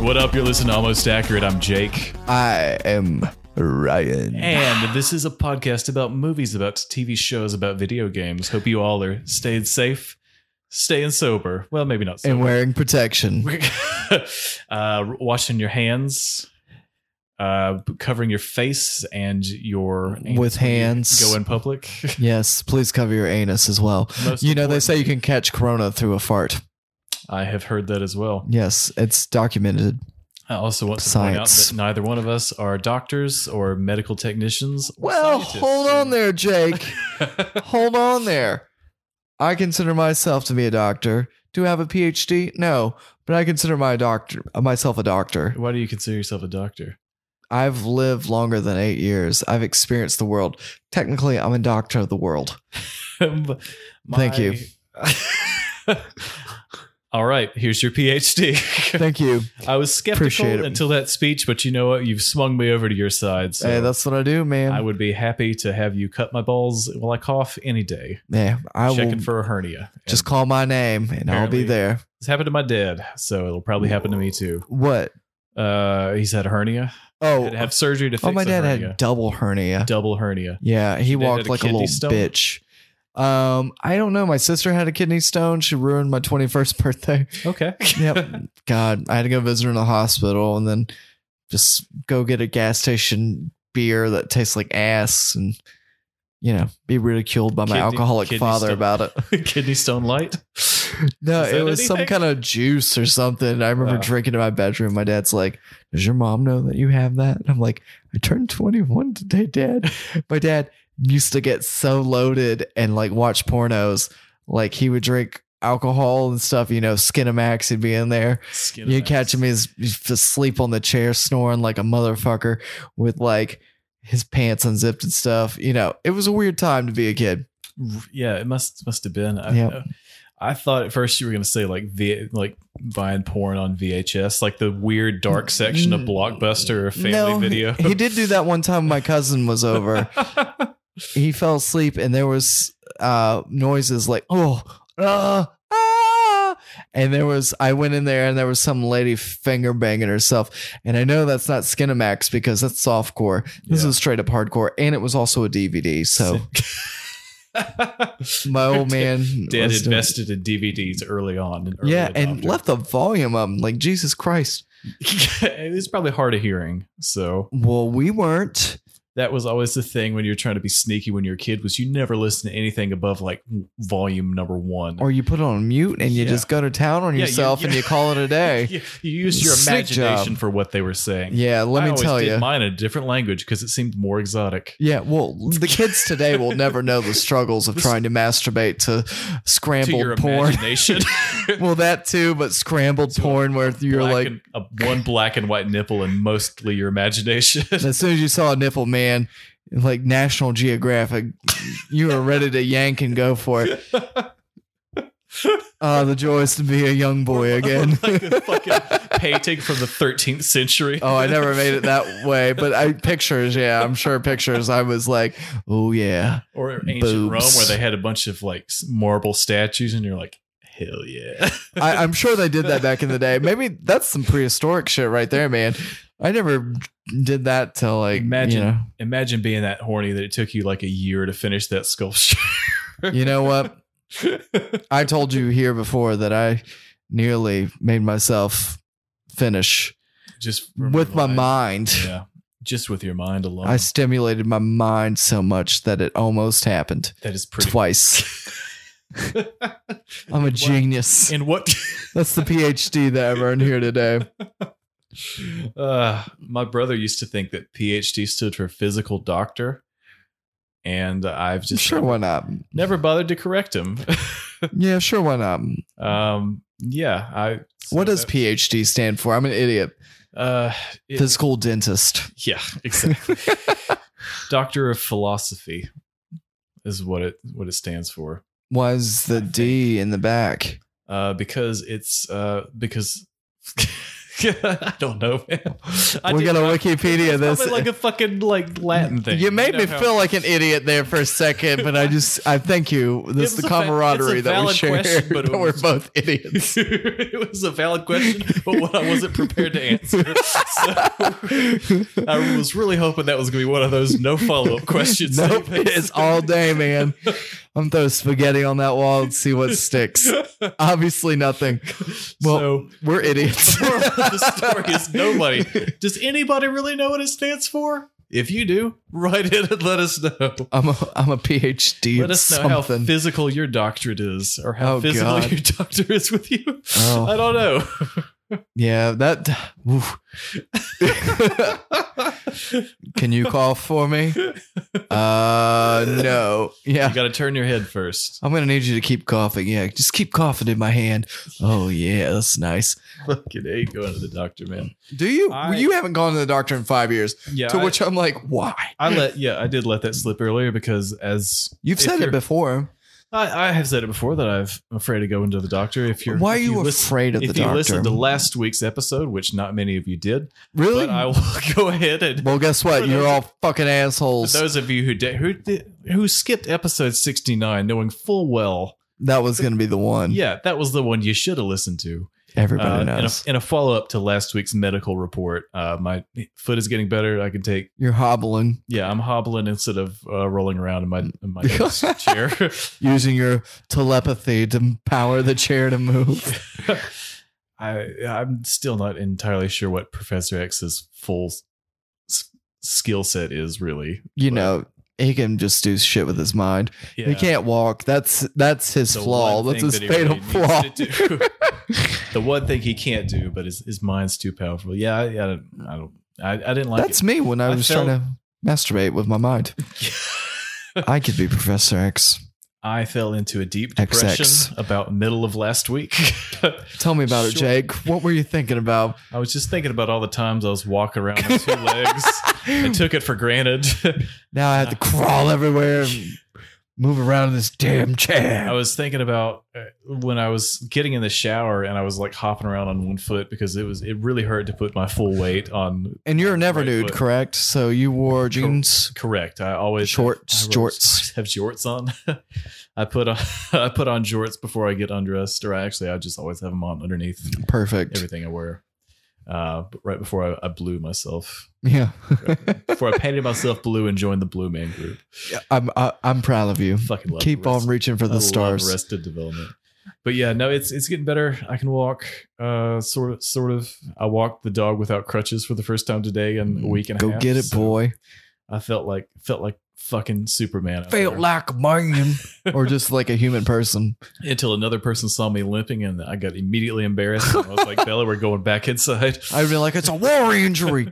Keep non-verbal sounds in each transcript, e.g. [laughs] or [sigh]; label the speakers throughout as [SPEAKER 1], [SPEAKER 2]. [SPEAKER 1] What up? You're listening to Almost Accurate. I'm Jake.
[SPEAKER 2] I am
[SPEAKER 1] [sighs]
[SPEAKER 2] Ryan.
[SPEAKER 1] And this is a podcast about movies, about TV shows, about video games. Hope you all are staying safe, staying sober. Well, maybe not
[SPEAKER 2] And
[SPEAKER 1] sober.
[SPEAKER 2] wearing
[SPEAKER 1] [laughs]
[SPEAKER 2] protection.
[SPEAKER 1] uh, washing your hands, uh, covering your face and your
[SPEAKER 2] With
[SPEAKER 1] when you
[SPEAKER 2] hands.
[SPEAKER 1] Go in public. [laughs]
[SPEAKER 2] Yes, please cover your anus as well.
[SPEAKER 1] Most
[SPEAKER 2] you know, they
[SPEAKER 1] important.
[SPEAKER 2] say you can catch corona through a fart.
[SPEAKER 1] I have heard that as well.
[SPEAKER 2] Yes, it's documented.
[SPEAKER 1] I also want to point out
[SPEAKER 2] Science.
[SPEAKER 1] that neither one of us are doctors or medical technicians. or
[SPEAKER 2] Well,
[SPEAKER 1] scientists.
[SPEAKER 2] hold on there, Jake.
[SPEAKER 1] [laughs] there.
[SPEAKER 2] hold on there. I consider myself to be a doctor. Do I have a PhD? No, but I consider my doctor myself a doctor.
[SPEAKER 1] Why do you consider yourself a doctor?
[SPEAKER 2] I've lived longer than eight years. I've experienced the world. Technically, I'm a doctor of
[SPEAKER 1] [laughs]
[SPEAKER 2] the world.
[SPEAKER 1] But
[SPEAKER 2] Thank you.
[SPEAKER 1] [laughs] All right, here's your PhD.
[SPEAKER 2] Thank you.
[SPEAKER 1] I was skeptical
[SPEAKER 2] Appreciate it.
[SPEAKER 1] until that speech, but you know what? You've swung me over to your side. So
[SPEAKER 2] hey, that's what I do, man.
[SPEAKER 1] I would be happy to have you cut my balls while I cough any day.
[SPEAKER 2] yeah, I
[SPEAKER 1] checking
[SPEAKER 2] will
[SPEAKER 1] for a hernia. And
[SPEAKER 2] Just call my name and I'll
[SPEAKER 1] Apparently-
[SPEAKER 2] be there.
[SPEAKER 1] It's happened to my dad, so it'll probably happen to me too.
[SPEAKER 2] What?
[SPEAKER 1] Uh, he's had a hernia.
[SPEAKER 2] Oh,
[SPEAKER 1] Had to have surgery to fix
[SPEAKER 2] oh my
[SPEAKER 1] a
[SPEAKER 2] dad
[SPEAKER 1] hernia.
[SPEAKER 2] had double hernia.
[SPEAKER 1] double hernia.
[SPEAKER 2] yeah, he
[SPEAKER 1] Your dad
[SPEAKER 2] walked
[SPEAKER 1] had a
[SPEAKER 2] like a
[SPEAKER 1] kidney
[SPEAKER 2] little
[SPEAKER 1] stone?
[SPEAKER 2] bitch. Um, I don't know. My sister had a kidney stone. She ruined my 21st [laughs] birthday.
[SPEAKER 1] Okay. [laughs]
[SPEAKER 2] Yep. God, I had to go visit her in the hospital and then just go get a gas station beer that tastes like ass and you know, be ridiculed by my
[SPEAKER 1] Kidney-
[SPEAKER 2] alcoholic
[SPEAKER 1] kidney
[SPEAKER 2] father
[SPEAKER 1] stone.
[SPEAKER 2] about it.
[SPEAKER 1] Kidney stone light.
[SPEAKER 2] [laughs] No,
[SPEAKER 1] Is that
[SPEAKER 2] it was some
[SPEAKER 1] anything?
[SPEAKER 2] kind of juice or something. I remember
[SPEAKER 1] Oh.
[SPEAKER 2] drinking in my bedroom. My dad's like, Does your mom know that you have that? And I'm like, I turned 21 today, Dad. [laughs] my dad used to get so loaded and like watch pornos. Like he would drink alcohol and stuff, you know, Skinamax, he'd be in there.
[SPEAKER 1] Skin
[SPEAKER 2] You
[SPEAKER 1] of
[SPEAKER 2] catch
[SPEAKER 1] ass.
[SPEAKER 2] him he's he's asleep on the chair snoring like a motherfucker with like his pants unzipped and stuff. You know, it was a weird time to be a kid.
[SPEAKER 1] yeah it must must have been I,
[SPEAKER 2] Yep.
[SPEAKER 1] I thought at first you were going to say like v, like buying porn on vhs like the weird dark section of blockbuster or family video
[SPEAKER 2] He,
[SPEAKER 1] [laughs]
[SPEAKER 2] he did do that one time my cousin was over. he fell asleep and there was uh noises like oh uh, ah and there was I went in there and there was some lady finger banging herself. And I know that's not Skinamax because that's softcore. This
[SPEAKER 1] Yeah.
[SPEAKER 2] was straight up hardcore. And it was also a DVD.
[SPEAKER 1] [laughs]
[SPEAKER 2] So my old man
[SPEAKER 1] dad
[SPEAKER 2] was doing-
[SPEAKER 1] invested in dvds early on an early
[SPEAKER 2] Yeah, and
[SPEAKER 1] adopter.
[SPEAKER 2] left the volume up. Like Jesus Christ.
[SPEAKER 1] [laughs] it was probably hard of hearing so
[SPEAKER 2] Well, we weren't.
[SPEAKER 1] that was always the thing when you're trying to be sneaky when you're a kid was you never listen to anything above like volume number one
[SPEAKER 2] Or you put it on mute and you
[SPEAKER 1] Yeah.
[SPEAKER 2] just go to town on
[SPEAKER 1] Yeah, you-
[SPEAKER 2] yourself
[SPEAKER 1] [laughs]
[SPEAKER 2] and
[SPEAKER 1] yeah.
[SPEAKER 2] you call it a day.
[SPEAKER 1] you, you used your
[SPEAKER 2] Sick job.
[SPEAKER 1] imagination for what they were saying
[SPEAKER 2] Yeah, let
[SPEAKER 1] I
[SPEAKER 2] me
[SPEAKER 1] always
[SPEAKER 2] tell
[SPEAKER 1] did
[SPEAKER 2] you.
[SPEAKER 1] mine in a different language because it seemed more exotic.
[SPEAKER 2] yeah, well, the kids today will never know the struggles of trying to masturbate to
[SPEAKER 1] To
[SPEAKER 2] scrambled
[SPEAKER 1] your
[SPEAKER 2] porn.
[SPEAKER 1] imagination,
[SPEAKER 2] [laughs]
[SPEAKER 1] [laughs]
[SPEAKER 2] well, that too, but scrambled porn where you're
[SPEAKER 1] Black
[SPEAKER 2] like,
[SPEAKER 1] and- a, one black and white nipple, and mostly your imagination. [laughs]
[SPEAKER 2] as soon as you saw a nipple, man, like National Geographic, you were ready to yank and go
[SPEAKER 1] [laughs]
[SPEAKER 2] for it. Ah, the joys to be a
[SPEAKER 1] [laughs]
[SPEAKER 2] young boy again. [laughs]
[SPEAKER 1] like a fucking painting from the 13th century.
[SPEAKER 2] Oh, I never made it that way, but I pictures, yeah, I'm sure pictures. I was like, oh yeah,
[SPEAKER 1] [laughs] or ancient Rome
[SPEAKER 2] Boobs.
[SPEAKER 1] where they had a bunch of like s- marble statues, and you're like, hell yeah. [laughs]
[SPEAKER 2] I, I'm sure they did that back in the day. Maybe that's some prehistoric shit right there, man. I never did that till like
[SPEAKER 1] Imagine.
[SPEAKER 2] You know,
[SPEAKER 1] Imagine being that horny that it took you like a year to finish that sculpture. [laughs]
[SPEAKER 2] you know what? I told you here before that I nearly made myself finish
[SPEAKER 1] Just from
[SPEAKER 2] with
[SPEAKER 1] your
[SPEAKER 2] my mind.
[SPEAKER 1] Yeah. Just with your mind alone.
[SPEAKER 2] I stimulated my mind so much that it almost happened
[SPEAKER 1] [laughs] that is pretty
[SPEAKER 2] twice. I'm a genius.
[SPEAKER 1] And what?
[SPEAKER 2] That's the PhD that I've earned here today.
[SPEAKER 1] uh, my brother used to think that PhD stood for physical doctor, and I've [laughs] just
[SPEAKER 2] sure,
[SPEAKER 1] never,
[SPEAKER 2] why not?
[SPEAKER 1] [laughs] never bothered to correct
[SPEAKER 2] [laughs]
[SPEAKER 1] him.
[SPEAKER 2] Yeah, sure, why not?
[SPEAKER 1] um, yeah, I.
[SPEAKER 2] What does
[SPEAKER 1] that-
[SPEAKER 2] PhD stand for? I'm an idiot.
[SPEAKER 1] uh, it-
[SPEAKER 2] Physical dentist.
[SPEAKER 1] Yeah,
[SPEAKER 2] [laughs]
[SPEAKER 1] exactly. Doctor of Philosophy is what it what it stands for.
[SPEAKER 2] Why is the D in the back?
[SPEAKER 1] Uh, because it's uh, because [laughs] I don't know, man. I
[SPEAKER 2] we
[SPEAKER 1] did
[SPEAKER 2] got a
[SPEAKER 1] not-
[SPEAKER 2] Wikipedia.
[SPEAKER 1] [laughs] It's probably
[SPEAKER 2] This
[SPEAKER 1] like a fucking like
[SPEAKER 2] [laughs]
[SPEAKER 1] Latin thing.
[SPEAKER 2] You made
[SPEAKER 1] know
[SPEAKER 2] me
[SPEAKER 1] how-
[SPEAKER 2] feel like an idiot there for a second,
[SPEAKER 1] [laughs]
[SPEAKER 2] but I just I thank you.
[SPEAKER 1] It was
[SPEAKER 2] This is the
[SPEAKER 1] a fa- it's a
[SPEAKER 2] camaraderie that we
[SPEAKER 1] valid
[SPEAKER 2] share. [laughs]
[SPEAKER 1] question, but it
[SPEAKER 2] that we're
[SPEAKER 1] was-
[SPEAKER 2] both
[SPEAKER 1] [laughs]
[SPEAKER 2] idiots.
[SPEAKER 1] it was a valid question, but one I wasn't prepared to answer. So I was really hoping that was going to be one of those no follow up questions.
[SPEAKER 2] [laughs] Nope,
[SPEAKER 1] David.
[SPEAKER 2] it is
[SPEAKER 1] [laughs]
[SPEAKER 2] all day, man. I'm throw spaghetti on that wall and see what
[SPEAKER 1] [laughs]
[SPEAKER 2] sticks. Obviously, nothing. Well,
[SPEAKER 1] so
[SPEAKER 2] we're idiots.
[SPEAKER 1] the moral of [laughs] the story is nobody. Does anybody really know what it stands for? If you do, write in and let us know.
[SPEAKER 2] [laughs] I'm a I'm a PhD.
[SPEAKER 1] Let
[SPEAKER 2] in
[SPEAKER 1] us know how
[SPEAKER 2] something.
[SPEAKER 1] physical your doctorate is, or how
[SPEAKER 2] Oh,
[SPEAKER 1] physical
[SPEAKER 2] God.
[SPEAKER 1] your doctor is with you.
[SPEAKER 2] Oh.
[SPEAKER 1] I don't know.
[SPEAKER 2] [laughs] yeah, that. oof.
[SPEAKER 1] [laughs]
[SPEAKER 2] Can you call for me? Uh, no. Yeah.
[SPEAKER 1] You got to turn your head first.
[SPEAKER 2] I'm gonna need you to keep coughing. Yeah, just keep coughing in my hand. Oh yeah, that's nice.
[SPEAKER 1] Fucking hate going to the doctor, man.
[SPEAKER 2] Do you?
[SPEAKER 1] I-
[SPEAKER 2] you haven't gone to the doctor in five years.
[SPEAKER 1] Yeah,
[SPEAKER 2] to
[SPEAKER 1] I-
[SPEAKER 2] which I'm like, why?
[SPEAKER 1] I let yeah, I did let that slip earlier because as
[SPEAKER 2] You've
[SPEAKER 1] if
[SPEAKER 2] said it
[SPEAKER 1] you're-
[SPEAKER 2] before.
[SPEAKER 1] I, I have said it before that I've I'm afraid of going to the doctor. If you're
[SPEAKER 2] Why are
[SPEAKER 1] if
[SPEAKER 2] you,
[SPEAKER 1] listen-
[SPEAKER 2] afraid of the
[SPEAKER 1] if you
[SPEAKER 2] doctor?
[SPEAKER 1] listened to last week's episode, which not many of you did,
[SPEAKER 2] really?
[SPEAKER 1] but I will [laughs] go ahead and
[SPEAKER 2] well, guess
[SPEAKER 1] For
[SPEAKER 2] what?
[SPEAKER 1] [laughs]
[SPEAKER 2] You're
[SPEAKER 1] those-
[SPEAKER 2] all fucking
[SPEAKER 1] for
[SPEAKER 2] assholes.
[SPEAKER 1] those of you who did, who did, who skipped episode sixty nine, knowing full well,
[SPEAKER 2] that was gonna be the one.
[SPEAKER 1] yeah, that was the one you should have listened to. Uh,
[SPEAKER 2] everybody
[SPEAKER 1] in a,
[SPEAKER 2] knows.
[SPEAKER 1] in a follow up to last week's medical report, uh, my foot is getting better. I can take
[SPEAKER 2] You're hobbling
[SPEAKER 1] Yeah, I'm hobbling instead of uh, rolling around in my in
[SPEAKER 2] [laughs]
[SPEAKER 1] my desk chair.
[SPEAKER 2] using your telepathy to power the chair
[SPEAKER 1] [laughs]
[SPEAKER 2] to move.
[SPEAKER 1] I I'm still not entirely sure what Professor X's full s- skill set is really.
[SPEAKER 2] You
[SPEAKER 1] But,
[SPEAKER 2] know, he can just do shit with his mind.
[SPEAKER 1] yeah,
[SPEAKER 2] He can't walk. That's that's his
[SPEAKER 1] the
[SPEAKER 2] flaw.
[SPEAKER 1] one
[SPEAKER 2] That's
[SPEAKER 1] thing
[SPEAKER 2] his
[SPEAKER 1] that he
[SPEAKER 2] fatal
[SPEAKER 1] really needs
[SPEAKER 2] flaw.
[SPEAKER 1] to do. the one thing he can't do, but his his mind's too powerful. Yeah, I, I don't. I, don't I, I didn't like
[SPEAKER 2] [laughs] That's
[SPEAKER 1] it.
[SPEAKER 2] me when I,
[SPEAKER 1] I
[SPEAKER 2] was
[SPEAKER 1] felt-
[SPEAKER 2] trying to masturbate with
[SPEAKER 1] [laughs]
[SPEAKER 2] my mind. I could be Professor X.
[SPEAKER 1] I fell into a deep
[SPEAKER 2] XX.
[SPEAKER 1] depression about middle of last week. [laughs]
[SPEAKER 2] Tell me about it,
[SPEAKER 1] Sure.
[SPEAKER 2] Jake. What were you thinking about?
[SPEAKER 1] I was just thinking about all the times I was walking around on
[SPEAKER 2] [laughs]
[SPEAKER 1] two legs. I took it for granted. [laughs]
[SPEAKER 2] Now I have to crawl everywhere and move around in this damn
[SPEAKER 1] I
[SPEAKER 2] chair.
[SPEAKER 1] was thinking about uh, when I was getting in the shower and I was like hopping around on one foot because it was it really hurt to put my full weight on.
[SPEAKER 2] And you're never
[SPEAKER 1] Right
[SPEAKER 2] nude,
[SPEAKER 1] foot.
[SPEAKER 2] correct? So you wore jeans.
[SPEAKER 1] Correct. I always
[SPEAKER 2] Shorts,
[SPEAKER 1] I
[SPEAKER 2] jorts.
[SPEAKER 1] always [laughs] Have jorts on. [laughs] I put on I put on jorts before I get undressed, or actually I just always have them on underneath
[SPEAKER 2] Perfect.
[SPEAKER 1] everything I wear. Uh, but right before I, I blew
[SPEAKER 2] [laughs]
[SPEAKER 1] myself,
[SPEAKER 2] Yeah.
[SPEAKER 1] before I painted myself blue and joined the Blue Man Group.
[SPEAKER 2] I'm I, I'm proud of you.
[SPEAKER 1] Fucking love
[SPEAKER 2] Keep
[SPEAKER 1] the
[SPEAKER 2] on
[SPEAKER 1] rest-
[SPEAKER 2] reaching for
[SPEAKER 1] I
[SPEAKER 2] the
[SPEAKER 1] love
[SPEAKER 2] stars.
[SPEAKER 1] Arrested Development. But yeah, no, it's it's getting better. I can walk. Uh, sort of, sort of. I walked the dog without crutches for the first time today in a week and
[SPEAKER 2] Go
[SPEAKER 1] a half.
[SPEAKER 2] get it,
[SPEAKER 1] so
[SPEAKER 2] boy.
[SPEAKER 1] I felt like felt like fucking Superman. out there.
[SPEAKER 2] like a man. or just like a human person.
[SPEAKER 1] until another person saw me limping, and I got immediately embarrassed. And I was
[SPEAKER 2] [laughs]
[SPEAKER 1] like, "Bella, we're going back inside."
[SPEAKER 2] I'd be like, it's
[SPEAKER 1] [laughs]
[SPEAKER 2] a war injury.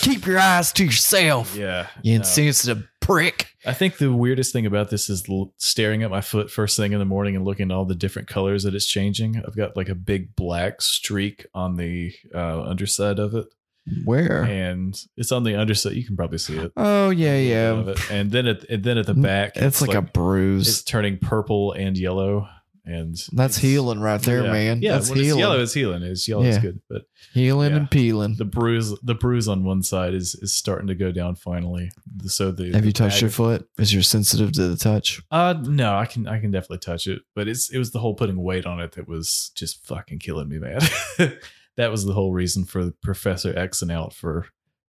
[SPEAKER 2] Keep your eyes to yourself.
[SPEAKER 1] yeah,
[SPEAKER 2] You
[SPEAKER 1] no.
[SPEAKER 2] insensitive prick.
[SPEAKER 1] I think the weirdest thing about this is l- staring at my foot first thing in the morning and looking at all the different colors that it's changing. I've got like a big black streak on the uh, underside of it.
[SPEAKER 2] Where?
[SPEAKER 1] and it's on the underside. You can probably see it.
[SPEAKER 2] Oh yeah, yeah.
[SPEAKER 1] Of it. And then at and then at the back,
[SPEAKER 2] It's like a
[SPEAKER 1] it's
[SPEAKER 2] bruise.
[SPEAKER 1] turning purple and yellow, and it's-
[SPEAKER 2] That's healing right there,
[SPEAKER 1] yeah.
[SPEAKER 2] man.
[SPEAKER 1] Yeah,
[SPEAKER 2] That's
[SPEAKER 1] when it's yellow,
[SPEAKER 2] healing.
[SPEAKER 1] it's healing. It's yellow, it's
[SPEAKER 2] Yeah.
[SPEAKER 1] good. But
[SPEAKER 2] Healing
[SPEAKER 1] Yeah.
[SPEAKER 2] and peeling.
[SPEAKER 1] the bruise, the bruise on one side is is starting to go down finally. So the
[SPEAKER 2] Have
[SPEAKER 1] the
[SPEAKER 2] you touched
[SPEAKER 1] bag-
[SPEAKER 2] your foot? Is your sensitive to the touch?
[SPEAKER 1] Uh, no, I can I can definitely touch it, but it's it was the whole putting weight on it that was just fucking killing me, man. [laughs] that was the whole reason for Professor X and out for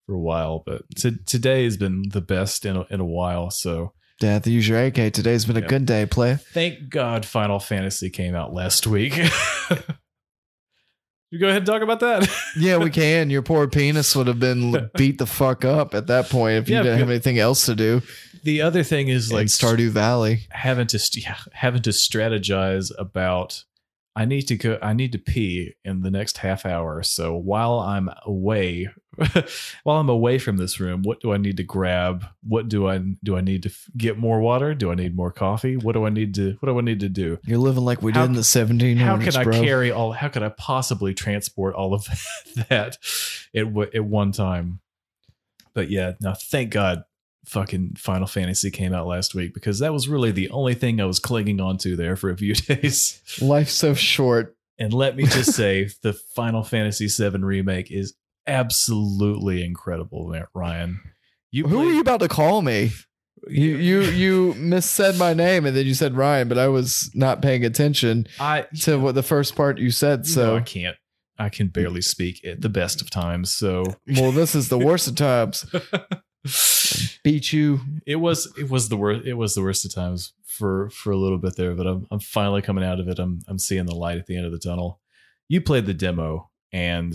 [SPEAKER 1] for a while, but to, today has been the best in a, in a while. So
[SPEAKER 2] Dad, have to use your AK. Today's been a
[SPEAKER 1] Yeah.
[SPEAKER 2] good day, play.
[SPEAKER 1] thank God Final Fantasy came out last week. You [laughs] go ahead and talk about that. [laughs]
[SPEAKER 2] Yeah, we can. Your poor penis would have been beat the fuck up at that point if you
[SPEAKER 1] Yeah,
[SPEAKER 2] didn't have
[SPEAKER 1] but-
[SPEAKER 2] anything else to do.
[SPEAKER 1] the other thing is
[SPEAKER 2] Like
[SPEAKER 1] like
[SPEAKER 2] Stardew Valley.
[SPEAKER 1] having to st- [laughs] yeah, having to strategize about I need to go I need to pee in the next half hour so while I'm away [laughs] while I'm away from this room what do I need to grab what do I do I need to f- get more water do I need more coffee what do I need to what do I need to do
[SPEAKER 2] You're living like we
[SPEAKER 1] How-
[SPEAKER 2] did in the 1700s,
[SPEAKER 1] how can I
[SPEAKER 2] bro.
[SPEAKER 1] carry all how could I possibly transport all of [laughs] that at w- at one time but yeah now thank god fucking Final Fantasy came out last week because that was really the only thing I was clinging on to there for a few [laughs] days.
[SPEAKER 2] Life's so short.
[SPEAKER 1] And let me
[SPEAKER 2] [laughs]
[SPEAKER 1] just say, the Final Fantasy VII remake is absolutely incredible, man- Ryan. You
[SPEAKER 2] Who
[SPEAKER 1] played-
[SPEAKER 2] were you about to call me? You you you missaid my name and then you said Ryan, but I was not paying attention
[SPEAKER 1] [laughs] I
[SPEAKER 2] to what the first part you said.
[SPEAKER 1] you know I
[SPEAKER 2] So
[SPEAKER 1] can't. I can barely speak at the best of times.
[SPEAKER 2] [laughs]
[SPEAKER 1] So
[SPEAKER 2] well, this
[SPEAKER 1] [laughs]
[SPEAKER 2] is the worst of times. Beat you.
[SPEAKER 1] it was it was the worst it was the worst of times for for a little bit there, but I'm I'm finally coming out of it. I'm I'm seeing the light at the end of the tunnel. You played the demo and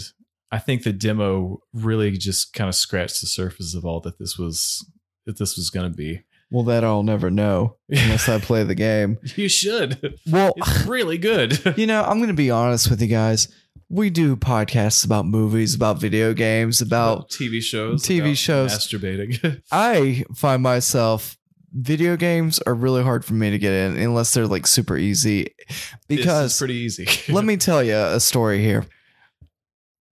[SPEAKER 1] I think the demo really just kind of scratched the surface of all that this was that this was going to be.
[SPEAKER 2] Well, that I'll never know unless I play the game.
[SPEAKER 1] You should.
[SPEAKER 2] Well,
[SPEAKER 1] [laughs] It's really good.
[SPEAKER 2] you know, I'm going to be honest with you guys. We do podcasts about movies, about video games, about.
[SPEAKER 1] TV shows,
[SPEAKER 2] TV
[SPEAKER 1] about
[SPEAKER 2] shows.
[SPEAKER 1] masturbating. [laughs]
[SPEAKER 2] I find myself. Video games are really hard for me to get in unless they're like super easy
[SPEAKER 1] it's
[SPEAKER 2] because
[SPEAKER 1] pretty easy.
[SPEAKER 2] let me tell you a story here.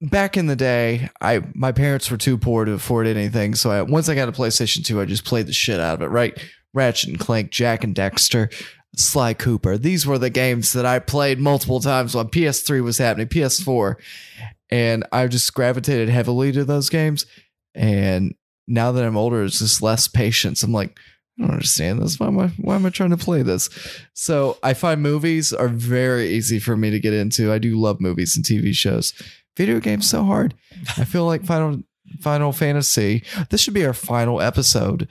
[SPEAKER 2] Back in the day, I my parents were too poor to afford anything, so I, once I got a PlayStation 2, I just played the shit out of it. Right, Ratchet and Clank, Jack and Dexter, Sly Cooper. These were the games that I played multiple times when PS3 was happening, PS4, and I just gravitated heavily to those games. And now that I'm older, it's just less patience. I'm like, I don't understand this. Why am I why am I trying to play this? So I find movies are very easy for me to get into. I do love movies and TV shows. Video games so hard. I feel like Final Final Fantasy. This should be our final episode.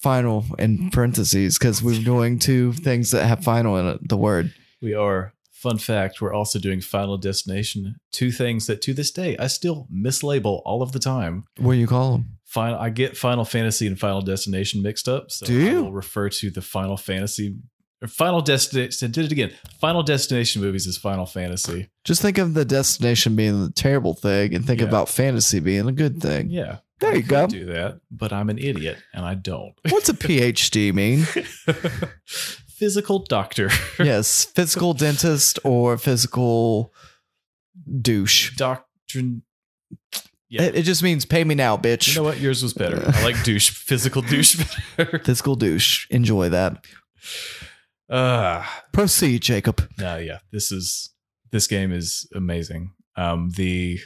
[SPEAKER 2] Final in parentheses because we're doing two things that have final in it, the word.
[SPEAKER 1] we are. Fun fact: We're also doing Final Destination. Two things that to this day I still mislabel all of the time.
[SPEAKER 2] What do you call them?
[SPEAKER 1] Final, I get Final Fantasy and Final Destination mixed up. So
[SPEAKER 2] Do you?
[SPEAKER 1] I will refer to the Final Fantasy. Or Final Destination did it again. Final Destination movies is Final Fantasy.
[SPEAKER 2] Just think of the destination being the terrible thing and think
[SPEAKER 1] Yeah.
[SPEAKER 2] about fantasy being a good [laughs] thing.
[SPEAKER 1] Yeah,
[SPEAKER 2] There
[SPEAKER 1] I
[SPEAKER 2] you
[SPEAKER 1] could
[SPEAKER 2] go.
[SPEAKER 1] Do that, but I'm an idiot and I don't. [laughs]
[SPEAKER 2] What's a PhD mean? [laughs]
[SPEAKER 1] Physical doctor, [laughs]
[SPEAKER 2] yes, physical dentist or physical douche.
[SPEAKER 1] doctrine. Yeah.
[SPEAKER 2] It, it just means pay me now, bitch.
[SPEAKER 1] You know what? Yours was
[SPEAKER 2] [laughs]
[SPEAKER 1] better. I like douche, physical douche better. [laughs]
[SPEAKER 2] physical douche. Enjoy that.
[SPEAKER 1] Uh,
[SPEAKER 2] Proceed, Jacob.
[SPEAKER 1] no, yeah, this is this game is amazing. Um, the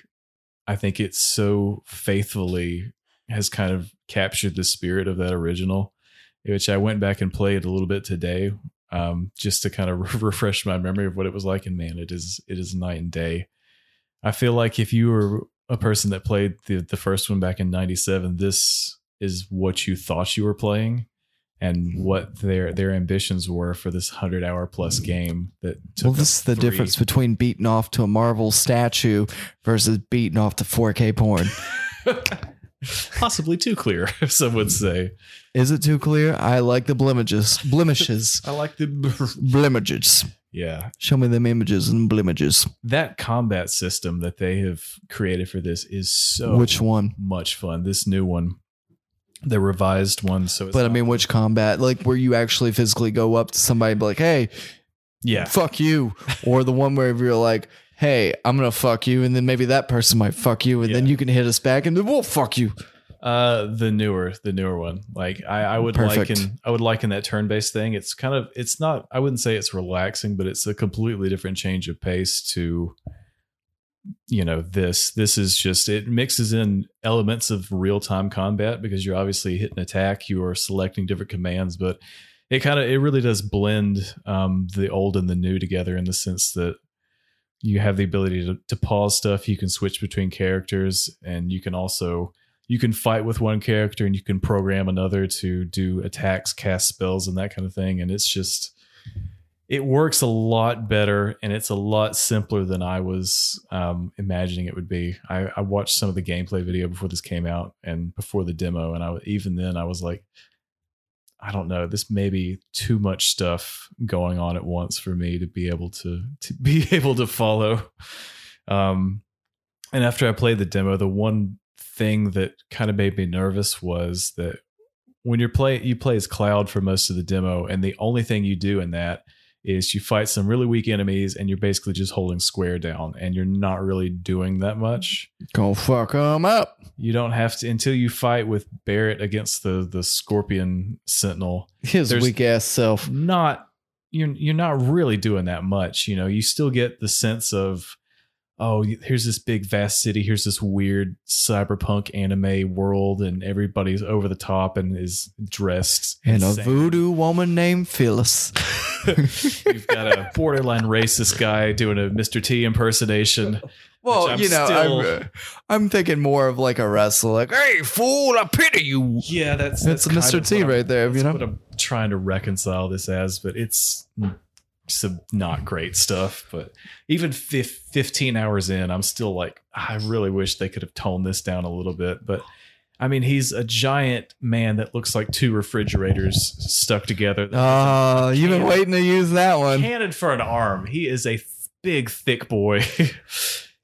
[SPEAKER 1] I think it so faithfully has kind of captured the spirit of that original, which I went back and played a little bit today, um, just to kind of [laughs] refresh my memory of what it was like. And man, it is it is night and day. I feel like if you were a person that played the the first one back in '97, this is what you thought you were playing. And what their their ambitions were for this hundred hour plus game that took
[SPEAKER 2] Well, this is
[SPEAKER 1] up
[SPEAKER 2] the
[SPEAKER 1] three-
[SPEAKER 2] difference between beating off to a marble statue versus beating off to 4K
[SPEAKER 1] [laughs]
[SPEAKER 2] porn.
[SPEAKER 1] possibly too clear [laughs] some would say
[SPEAKER 2] is it too clear? I like the blemishes. Blemishes.
[SPEAKER 1] i like the
[SPEAKER 2] blemishes.
[SPEAKER 1] yeah
[SPEAKER 2] Show me them images and blemishes.
[SPEAKER 1] that combat system that they have created for this is so
[SPEAKER 2] Which one?
[SPEAKER 1] much fun this new one the revised one so it's
[SPEAKER 2] But I
[SPEAKER 1] not-
[SPEAKER 2] mean, which combat? Like, where you actually physically go up to somebody and be like, hey,
[SPEAKER 1] yeah
[SPEAKER 2] fuck you or the one where you're like hey i'm gonna fuck you and then maybe that person might fuck you and then
[SPEAKER 1] Yeah.
[SPEAKER 2] you can hit us back and then we'll fuck you
[SPEAKER 1] Uh, the newer, the newer one. Like I, I would
[SPEAKER 2] Perfect.
[SPEAKER 1] liken, I would liken that turn-based thing. It's kind of, it's not. I wouldn't say it's relaxing, but it's a completely different change of pace to, you know, this. This is just it mixes in elements of real-time combat because you're obviously hitting attack, you are selecting different commands, but it kind of, it really does blend um the old and the new together in the sense that you have the ability to, to pause stuff you can switch between characters and you can also you can fight with one character and you can program another to do attacks cast spells and that kind of thing and it's just it works a lot better and it's a lot simpler than I was um, imagining it would be. I, I watched some of the gameplay video before this came out and before the demo, and I even then I was like, I don't know, this may be too much stuff going on at once for me to be able to to [laughs] be able to follow. Um, and after I played the demo, the one thing that kind of made me nervous was that when you're play you play as Cloud for most of the demo, and the only thing you do in that is you fight some really weak enemies and you're basically just holding square down and you're not really doing that much.
[SPEAKER 2] Gonna fuck them up.
[SPEAKER 1] You don't have to until you fight with Barrett against the the scorpion sentinel.
[SPEAKER 2] His
[SPEAKER 1] There's-
[SPEAKER 2] weak ass self.
[SPEAKER 1] Not you're you're not really doing that much, you know. You still get the sense of oh, here's this big vast city, here's this weird cyberpunk anime world and everybody's over the top and is dressed
[SPEAKER 2] And a
[SPEAKER 1] insane.
[SPEAKER 2] [laughs] voodoo woman named [laughs] Phyllis.
[SPEAKER 1] You've got a borderline racist guy doing a Mr. T impersonation.
[SPEAKER 2] Well,
[SPEAKER 1] I'm
[SPEAKER 2] you know,
[SPEAKER 1] still-
[SPEAKER 2] I'm, uh, I'm thinking more of like a wrestler, like, hey, fool, I pity you.
[SPEAKER 1] Yeah, that's
[SPEAKER 2] That's
[SPEAKER 1] kind
[SPEAKER 2] Mr.
[SPEAKER 1] of
[SPEAKER 2] T
[SPEAKER 1] what I'm-
[SPEAKER 2] right there,
[SPEAKER 1] That's
[SPEAKER 2] you know?
[SPEAKER 1] what I'm trying to reconcile this as, but it's some not great stuff. But even fif- 15 hours in, I'm still like, I really wish they could have toned this down a little bit. But I mean, he's a giant man that looks like two refrigerators stuck together.
[SPEAKER 2] Oh, you've been
[SPEAKER 1] Can't-
[SPEAKER 2] waiting to use that one.
[SPEAKER 1] Cannon for an arm. He is a th- big, thick boy. [laughs]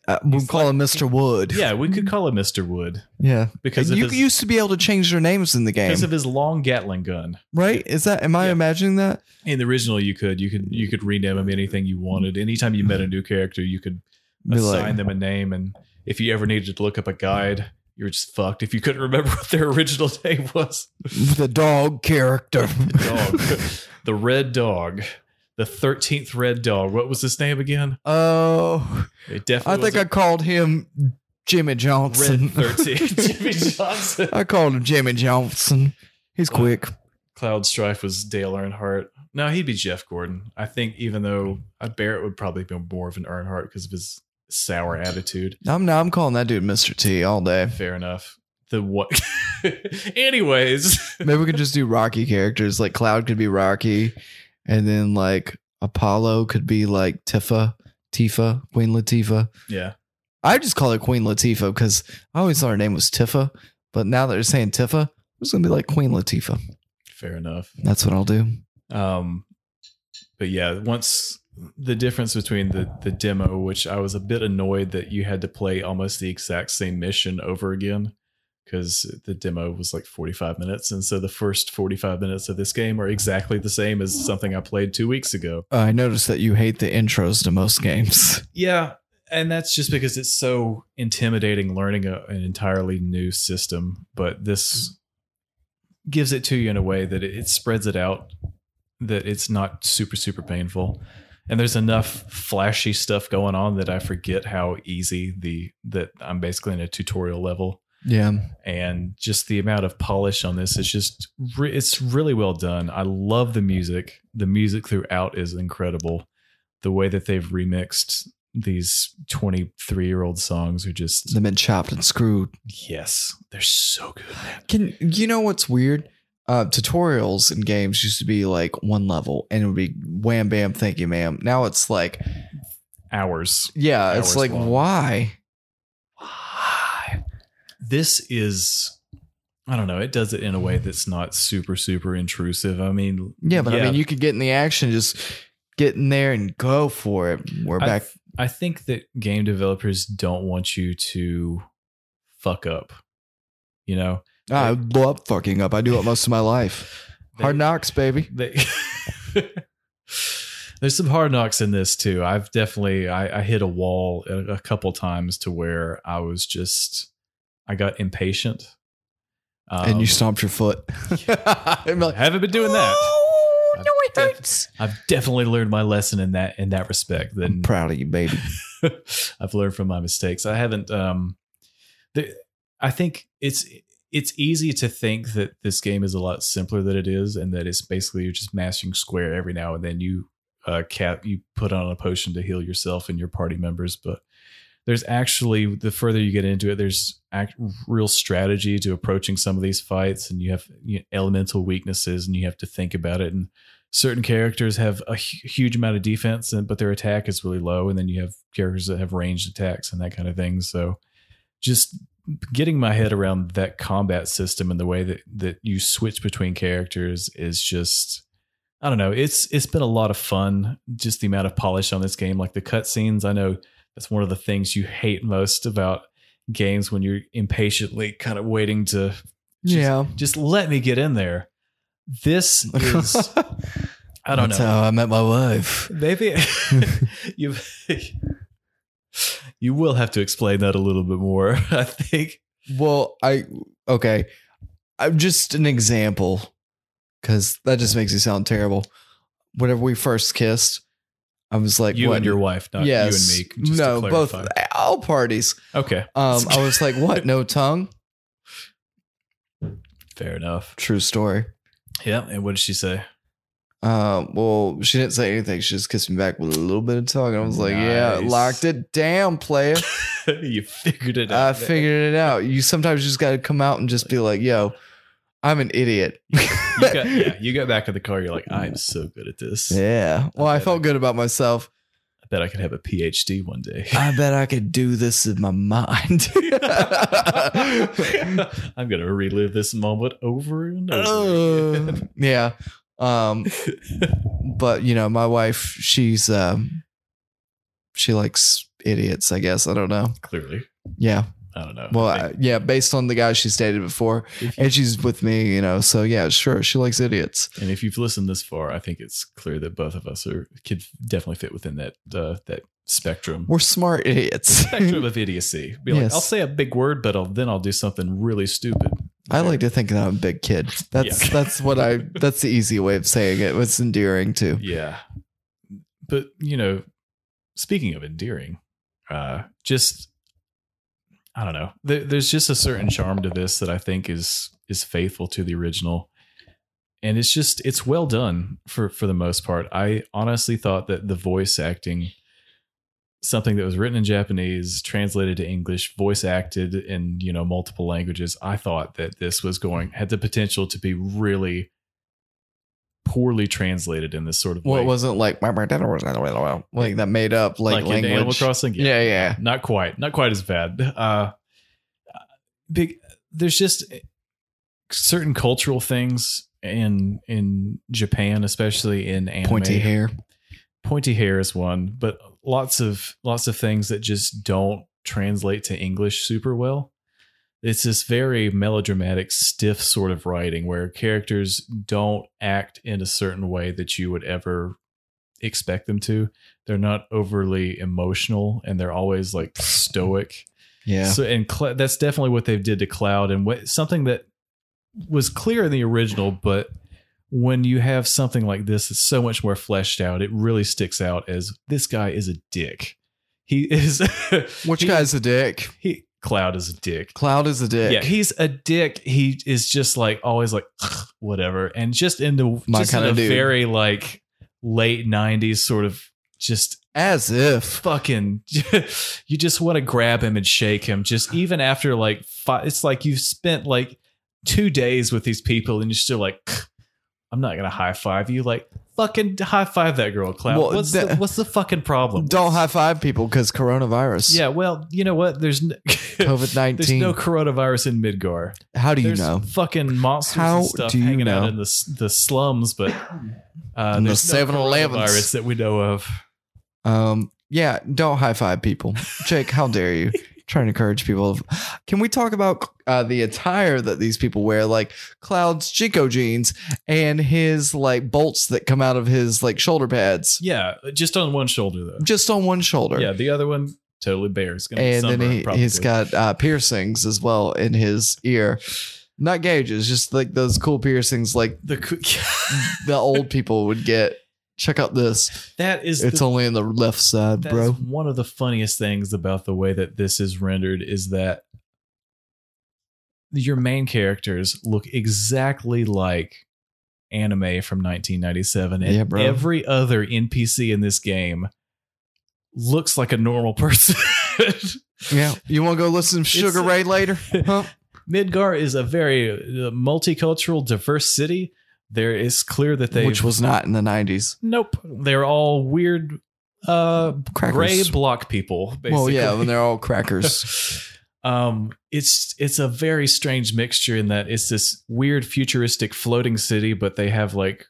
[SPEAKER 2] Uh, we'll
[SPEAKER 1] He's
[SPEAKER 2] call him Mr. Wood.
[SPEAKER 1] yeah, we could call him Mr. Wood
[SPEAKER 2] Yeah.
[SPEAKER 1] because of
[SPEAKER 2] you
[SPEAKER 1] his,
[SPEAKER 2] used to be able to change their names in the game,
[SPEAKER 1] because of his long Gatling gun.
[SPEAKER 2] right? Is that, am I
[SPEAKER 1] Yeah.
[SPEAKER 2] imagining that?
[SPEAKER 1] In the original, you could you could you could rename him anything you wanted. Anytime you met a new character, you could
[SPEAKER 2] Mm-hmm. Be
[SPEAKER 1] assign
[SPEAKER 2] like-
[SPEAKER 1] them a name, and if you ever needed to look up a guide, you were just fucked if you couldn't remember [laughs] what their original name was.
[SPEAKER 2] The
[SPEAKER 1] [laughs]
[SPEAKER 2] dog character.
[SPEAKER 1] Dog, the red dog, the thirteenth red dog. What was his name again?
[SPEAKER 2] Oh,
[SPEAKER 1] It
[SPEAKER 2] I
[SPEAKER 1] definitely
[SPEAKER 2] think I called him Jimmy Johnson.
[SPEAKER 1] red
[SPEAKER 2] [laughs]
[SPEAKER 1] thirteen. [laughs] Jimmy Johnson.
[SPEAKER 2] I called him Jimmy Johnson. He's quick.
[SPEAKER 1] Cloud Strife was Dale Earnhardt. No, he'd be Jeff Gordon. I think even though uh, Barrett would probably be more of an Earnhardt because of his sour attitude.
[SPEAKER 2] I'm no, I'm calling that dude Mr. T all day.
[SPEAKER 1] Eh, Fair enough. The what? [laughs] Anyways,
[SPEAKER 2] Maybe we could just do Rocky characters. Like Cloud could be Rocky, and then like Apollo could be like Tifa, Tifa, Queen Latifah.
[SPEAKER 1] yeah,
[SPEAKER 2] I just call her Queen Latifah because I always thought her name was Tifa, but now that they're saying Tifa, I'm just gonna be like Queen Latifah.
[SPEAKER 1] fair enough.
[SPEAKER 2] That's what I'll do.
[SPEAKER 1] Um, but yeah, once the difference between the the demo, which I was a bit annoyed that you had to play almost the exact same mission over again, because the demo was like forty five minutes, and so the first forty five minutes of this game are exactly the same as something I played two weeks ago.
[SPEAKER 2] I noticed that you hate the intros to most games.
[SPEAKER 1] Yeah, and that's just because it's so intimidating learning a, an entirely new system. But this gives it to you in a way that it, it spreads it out, that it's not super super painful, and there's enough flashy stuff going on that I forget how easy the that I'm basically in a tutorial level.
[SPEAKER 2] Yeah,
[SPEAKER 1] And just the amount of polish on this is just, re- it's really well done. I love the music. The music throughout is incredible the way that they've remixed these 23 year old songs are just
[SPEAKER 2] they've been chopped and screwed.
[SPEAKER 1] yes they're so good man.
[SPEAKER 2] Can you know what's weird? Uh, tutorials in games used to be like one level, and it would be wham bam, thank you, ma'am. Now it's like,
[SPEAKER 1] hours
[SPEAKER 2] yeah,
[SPEAKER 1] Hours
[SPEAKER 2] it's like
[SPEAKER 1] long.
[SPEAKER 2] why?
[SPEAKER 1] this is i don't know it does it in a way that's not super super intrusive i mean
[SPEAKER 2] Yeah, but I mean, you could get in the action, just get in there and go for it. We're
[SPEAKER 1] I-
[SPEAKER 2] back.
[SPEAKER 1] I think that game developers don't want you to fuck up you know
[SPEAKER 2] I love fucking up. I do it most of my life.
[SPEAKER 1] They-
[SPEAKER 2] Hard knocks, baby.
[SPEAKER 1] they [laughs] there's some hard knocks in this too i've definitely i, I hit a wall a, a couple times to where i was just i got impatient um,
[SPEAKER 2] and you stomped
[SPEAKER 1] [laughs]
[SPEAKER 2] your foot. I'm [laughs]
[SPEAKER 1] I haven't been doing that
[SPEAKER 2] Oh,
[SPEAKER 1] I've
[SPEAKER 2] no, it
[SPEAKER 1] def-
[SPEAKER 2] hurts.
[SPEAKER 1] i've definitely learned my lesson in that in that respect
[SPEAKER 2] I'm
[SPEAKER 1] then
[SPEAKER 2] proud of you, baby.
[SPEAKER 1] [laughs] I've learned from my mistakes. I haven't. Um, the, I think it's it's easy to think that this game is a lot simpler than it is, and that it's basically you're just mashing square every now and then. You uh, cap you put on a potion to heal yourself and your party members, but there's actually the further you get into it, there's act, real strategy to approaching some of these fights, and you have you know, elemental weaknesses, and you have to think about it and certain characters have a hu- huge amount of defense, and but their attack is really low, and then you have characters that have ranged attacks and that kind of thing. So, just getting my head around that combat system and the way that that you switch between characters is just I don't know. It's it's been a lot of fun. Just the amount of polish on this game, like the cutscenes. I know that's one of the things you hate most about games when you're impatiently kind of waiting to just,
[SPEAKER 2] yeah.
[SPEAKER 1] just let me get in there. This is
[SPEAKER 2] [laughs]
[SPEAKER 1] I don't
[SPEAKER 2] That's
[SPEAKER 1] know.
[SPEAKER 2] how I met my wife. [laughs]
[SPEAKER 1] Maybe you you will have to explain that a little bit more. I think.
[SPEAKER 2] Well, I okay. I'm just an example because that just makes you sound terrible. Whenever we first kissed, I was like,
[SPEAKER 1] you
[SPEAKER 2] what?
[SPEAKER 1] and your wife, not you and me. Just
[SPEAKER 2] no,
[SPEAKER 1] to
[SPEAKER 2] both
[SPEAKER 1] clarify.
[SPEAKER 2] all parties.
[SPEAKER 1] Okay,
[SPEAKER 2] Um, I was like,
[SPEAKER 1] [laughs]
[SPEAKER 2] what? No tongue?
[SPEAKER 1] fair enough.
[SPEAKER 2] True story.
[SPEAKER 1] Yeah, and what did she say? [laughs]
[SPEAKER 2] Um, well, she didn't say anything. She just kissed me back with a little bit of tongue. And I was like, yeah,
[SPEAKER 1] Nice.
[SPEAKER 2] locked it down, player.
[SPEAKER 1] you figured it
[SPEAKER 2] I
[SPEAKER 1] out.
[SPEAKER 2] figured it out. You sometimes just got to come out and just be like, yo, I'm an idiot.
[SPEAKER 1] [laughs] You got, yeah, you got back in the car. You're like, I'm so good at this.
[SPEAKER 2] Yeah. Well, I felt good about myself.
[SPEAKER 1] I bet I could have a PhD one
[SPEAKER 2] [laughs]
[SPEAKER 1] day. [laughs]
[SPEAKER 2] I bet I could do this in my mind.
[SPEAKER 1] I'm gonna relive this moment over and over.
[SPEAKER 2] [laughs] Uh,
[SPEAKER 1] again.
[SPEAKER 2] yeah. Um, but you know, my wife, she's um, she likes idiots. I guess I don't know.
[SPEAKER 1] Clearly,
[SPEAKER 2] Yeah.
[SPEAKER 1] I don't know.
[SPEAKER 2] Well,
[SPEAKER 1] I
[SPEAKER 2] I, yeah. Based on the guy she's dated before,
[SPEAKER 1] think if you-
[SPEAKER 2] and she's with me, you know. So yeah, sure, she likes idiots.
[SPEAKER 1] and if you've listened this far, I think it's clear that both of us are could definitely fit within that uh, that spectrum.
[SPEAKER 2] We're smart idiots.
[SPEAKER 1] [laughs] spectrum of idiocy. Be like,
[SPEAKER 2] Yes.
[SPEAKER 1] I'll say a big word, but I'll, then I'll do something really stupid.
[SPEAKER 2] I like to think that I'm a big kid. That's
[SPEAKER 1] Yeah.
[SPEAKER 2] that's what I. That's the easy way of saying it. It's endearing too.
[SPEAKER 1] Yeah. But, you know, speaking of endearing, uh, just, I don't know. There, there's just a certain charm to this that I think is, is faithful to the original. And it's just, it's well done for, for the most part. I honestly thought that the voice acting, something that was written in Japanese, translated to English, voice acted in, you know, multiple languages, I thought that this was going, had the potential to be really poorly translated in this sort of
[SPEAKER 2] Well,
[SPEAKER 1] way.
[SPEAKER 2] it wasn't like like that made up like,
[SPEAKER 1] in
[SPEAKER 2] language.
[SPEAKER 1] Animal Crossing. Yeah,
[SPEAKER 2] yeah, yeah.
[SPEAKER 1] not quite, not quite as bad. Uh, big. There's just certain cultural things in in Japan, especially in anime.
[SPEAKER 2] Pointy hair.
[SPEAKER 1] Pointy hair is one, but lots of lots of things that just don't translate to English super well. It's this very melodramatic, stiff sort of writing where characters don't act in a certain way that you would ever expect them to. They're not overly emotional and they're always like stoic.
[SPEAKER 2] Yeah.
[SPEAKER 1] So and Cl- that's definitely what they did to Cloud and what something that was clear in the original, but when you have something like this, it's so much more fleshed out. It really sticks out as this guy is a dick. He is [laughs]
[SPEAKER 2] Which
[SPEAKER 1] he-
[SPEAKER 2] guy's a dick?
[SPEAKER 1] He Cloud is a dick.
[SPEAKER 2] Cloud is a dick.
[SPEAKER 1] Yeah, he's a dick. He is just like always like [sniffs] whatever, and just in the
[SPEAKER 2] My
[SPEAKER 1] just in
[SPEAKER 2] kinda
[SPEAKER 1] a
[SPEAKER 2] dude.
[SPEAKER 1] very like late '90s sort of just
[SPEAKER 2] As if.
[SPEAKER 1] fucking [laughs] you just want to grab him and shake him just even after like five, it's like you've spent like two days with these people and you're still like i'm not gonna high five you like fucking high five that girl cloud
[SPEAKER 2] Well,
[SPEAKER 1] what's, the,
[SPEAKER 2] that-
[SPEAKER 1] what's the fucking problem
[SPEAKER 2] Don't high five people because coronavirus.
[SPEAKER 1] yeah well you know what there's n- [laughs]
[SPEAKER 2] COVID
[SPEAKER 1] there's
[SPEAKER 2] 19.
[SPEAKER 1] no coronavirus in midgar
[SPEAKER 2] How do you
[SPEAKER 1] there's
[SPEAKER 2] know?
[SPEAKER 1] fucking monsters
[SPEAKER 2] How
[SPEAKER 1] and stuff
[SPEAKER 2] do you
[SPEAKER 1] hanging
[SPEAKER 2] know?
[SPEAKER 1] out in the, s- the slums but uh,
[SPEAKER 2] In the
[SPEAKER 1] there's no
[SPEAKER 2] 7-Elevens.
[SPEAKER 1] coronavirus that we know of
[SPEAKER 2] Um, yeah, don't high five people. Jake, how
[SPEAKER 1] [laughs]
[SPEAKER 2] dare you? Trying to encourage people. Can we talk about uh, the attire that these people wear, like Cloud's Jinko jeans and his like bolts that come out of his like shoulder pads,
[SPEAKER 1] yeah just on one shoulder though
[SPEAKER 2] just on one shoulder?
[SPEAKER 1] Yeah, the other one totally bare. It's gonna
[SPEAKER 2] and
[SPEAKER 1] be
[SPEAKER 2] then
[SPEAKER 1] sunburn,
[SPEAKER 2] he,
[SPEAKER 1] probably.
[SPEAKER 2] he's got uh, piercings as well in his ear. Not gauges, just like those cool piercings, like
[SPEAKER 1] the coo-
[SPEAKER 2] the old people would get. Check out this.
[SPEAKER 1] [laughs] that is
[SPEAKER 2] It's
[SPEAKER 1] the,
[SPEAKER 2] only in the left side,
[SPEAKER 1] that's [laughs]
[SPEAKER 2] bro.
[SPEAKER 1] One of the funniest things about the way that this is rendered is that your main characters look exactly like anime from 1997, and
[SPEAKER 2] Yeah, bro.
[SPEAKER 1] every other NPC in this game looks like a normal [laughs] person.
[SPEAKER 2] Yeah. You want to go listen to Sugar
[SPEAKER 1] [laughs]
[SPEAKER 2] Ray later? Huh?
[SPEAKER 1] Midgar is a very uh, multicultural, diverse city, There is clear that they
[SPEAKER 2] which was not in the 90s.
[SPEAKER 1] nope. They're all weird, uh,
[SPEAKER 2] Crackers.
[SPEAKER 1] gray block people. Basically.
[SPEAKER 2] Well, yeah,
[SPEAKER 1] [laughs]
[SPEAKER 2] when they're all crackers.
[SPEAKER 1] um, it's it's a very strange mixture in that it's this weird futuristic floating city, but they have like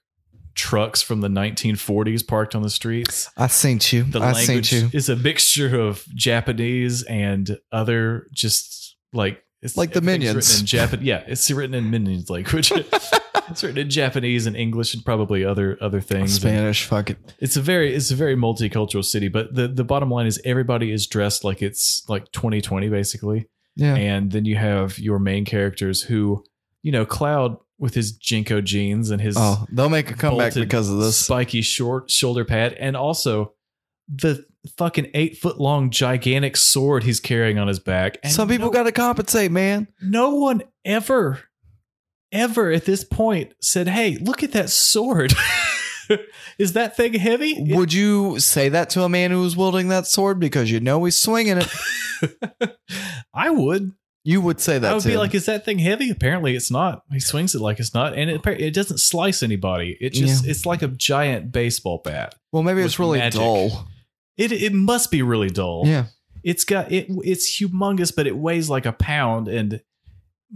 [SPEAKER 1] trucks from the 1940s parked on the streets.
[SPEAKER 2] I seen you.
[SPEAKER 1] The
[SPEAKER 2] I seen
[SPEAKER 1] language
[SPEAKER 2] you.
[SPEAKER 1] is a mixture of Japanese and other just like it's
[SPEAKER 2] Like the
[SPEAKER 1] everything's
[SPEAKER 2] Minions.
[SPEAKER 1] written in Japan. Yeah, it's written in Minions
[SPEAKER 2] [laughs]
[SPEAKER 1] language. it's written in Japanese and English and probably other other things.
[SPEAKER 2] Spanish, fuck it.
[SPEAKER 1] It's a very it's a very multicultural city, but the the bottom line is everybody is dressed like it's like 2020 basically
[SPEAKER 2] Yeah.
[SPEAKER 1] and then you have your main characters who, you know, Cloud with his jinko jeans and his
[SPEAKER 2] oh, they'll make a comeback
[SPEAKER 1] bolted
[SPEAKER 2] because of this.
[SPEAKER 1] spiky short shoulder pad, and also the fucking eight foot long gigantic sword he's carrying on his back. And
[SPEAKER 2] Some people
[SPEAKER 1] no,
[SPEAKER 2] got to compensate, man.
[SPEAKER 1] no one ever, ever at this point said, "Hey, look at that sword." [laughs] Is that thing heavy? It-
[SPEAKER 2] Would you say that to a man who was wielding that sword because you know he's swinging it?
[SPEAKER 1] [laughs] I would.
[SPEAKER 2] You would say that.
[SPEAKER 1] I would
[SPEAKER 2] to
[SPEAKER 1] be
[SPEAKER 2] him.
[SPEAKER 1] like, "Is that thing heavy?" Apparently, it's not. He swings it like it's not, and it, it doesn't slice anybody. It just it's like a giant baseball bat.
[SPEAKER 2] well, maybe it's
[SPEAKER 1] with
[SPEAKER 2] really
[SPEAKER 1] magic.
[SPEAKER 2] dull.
[SPEAKER 1] [laughs] It it must be really dull.
[SPEAKER 2] Yeah,
[SPEAKER 1] it's got it. It's humongous, but it weighs like a pound, and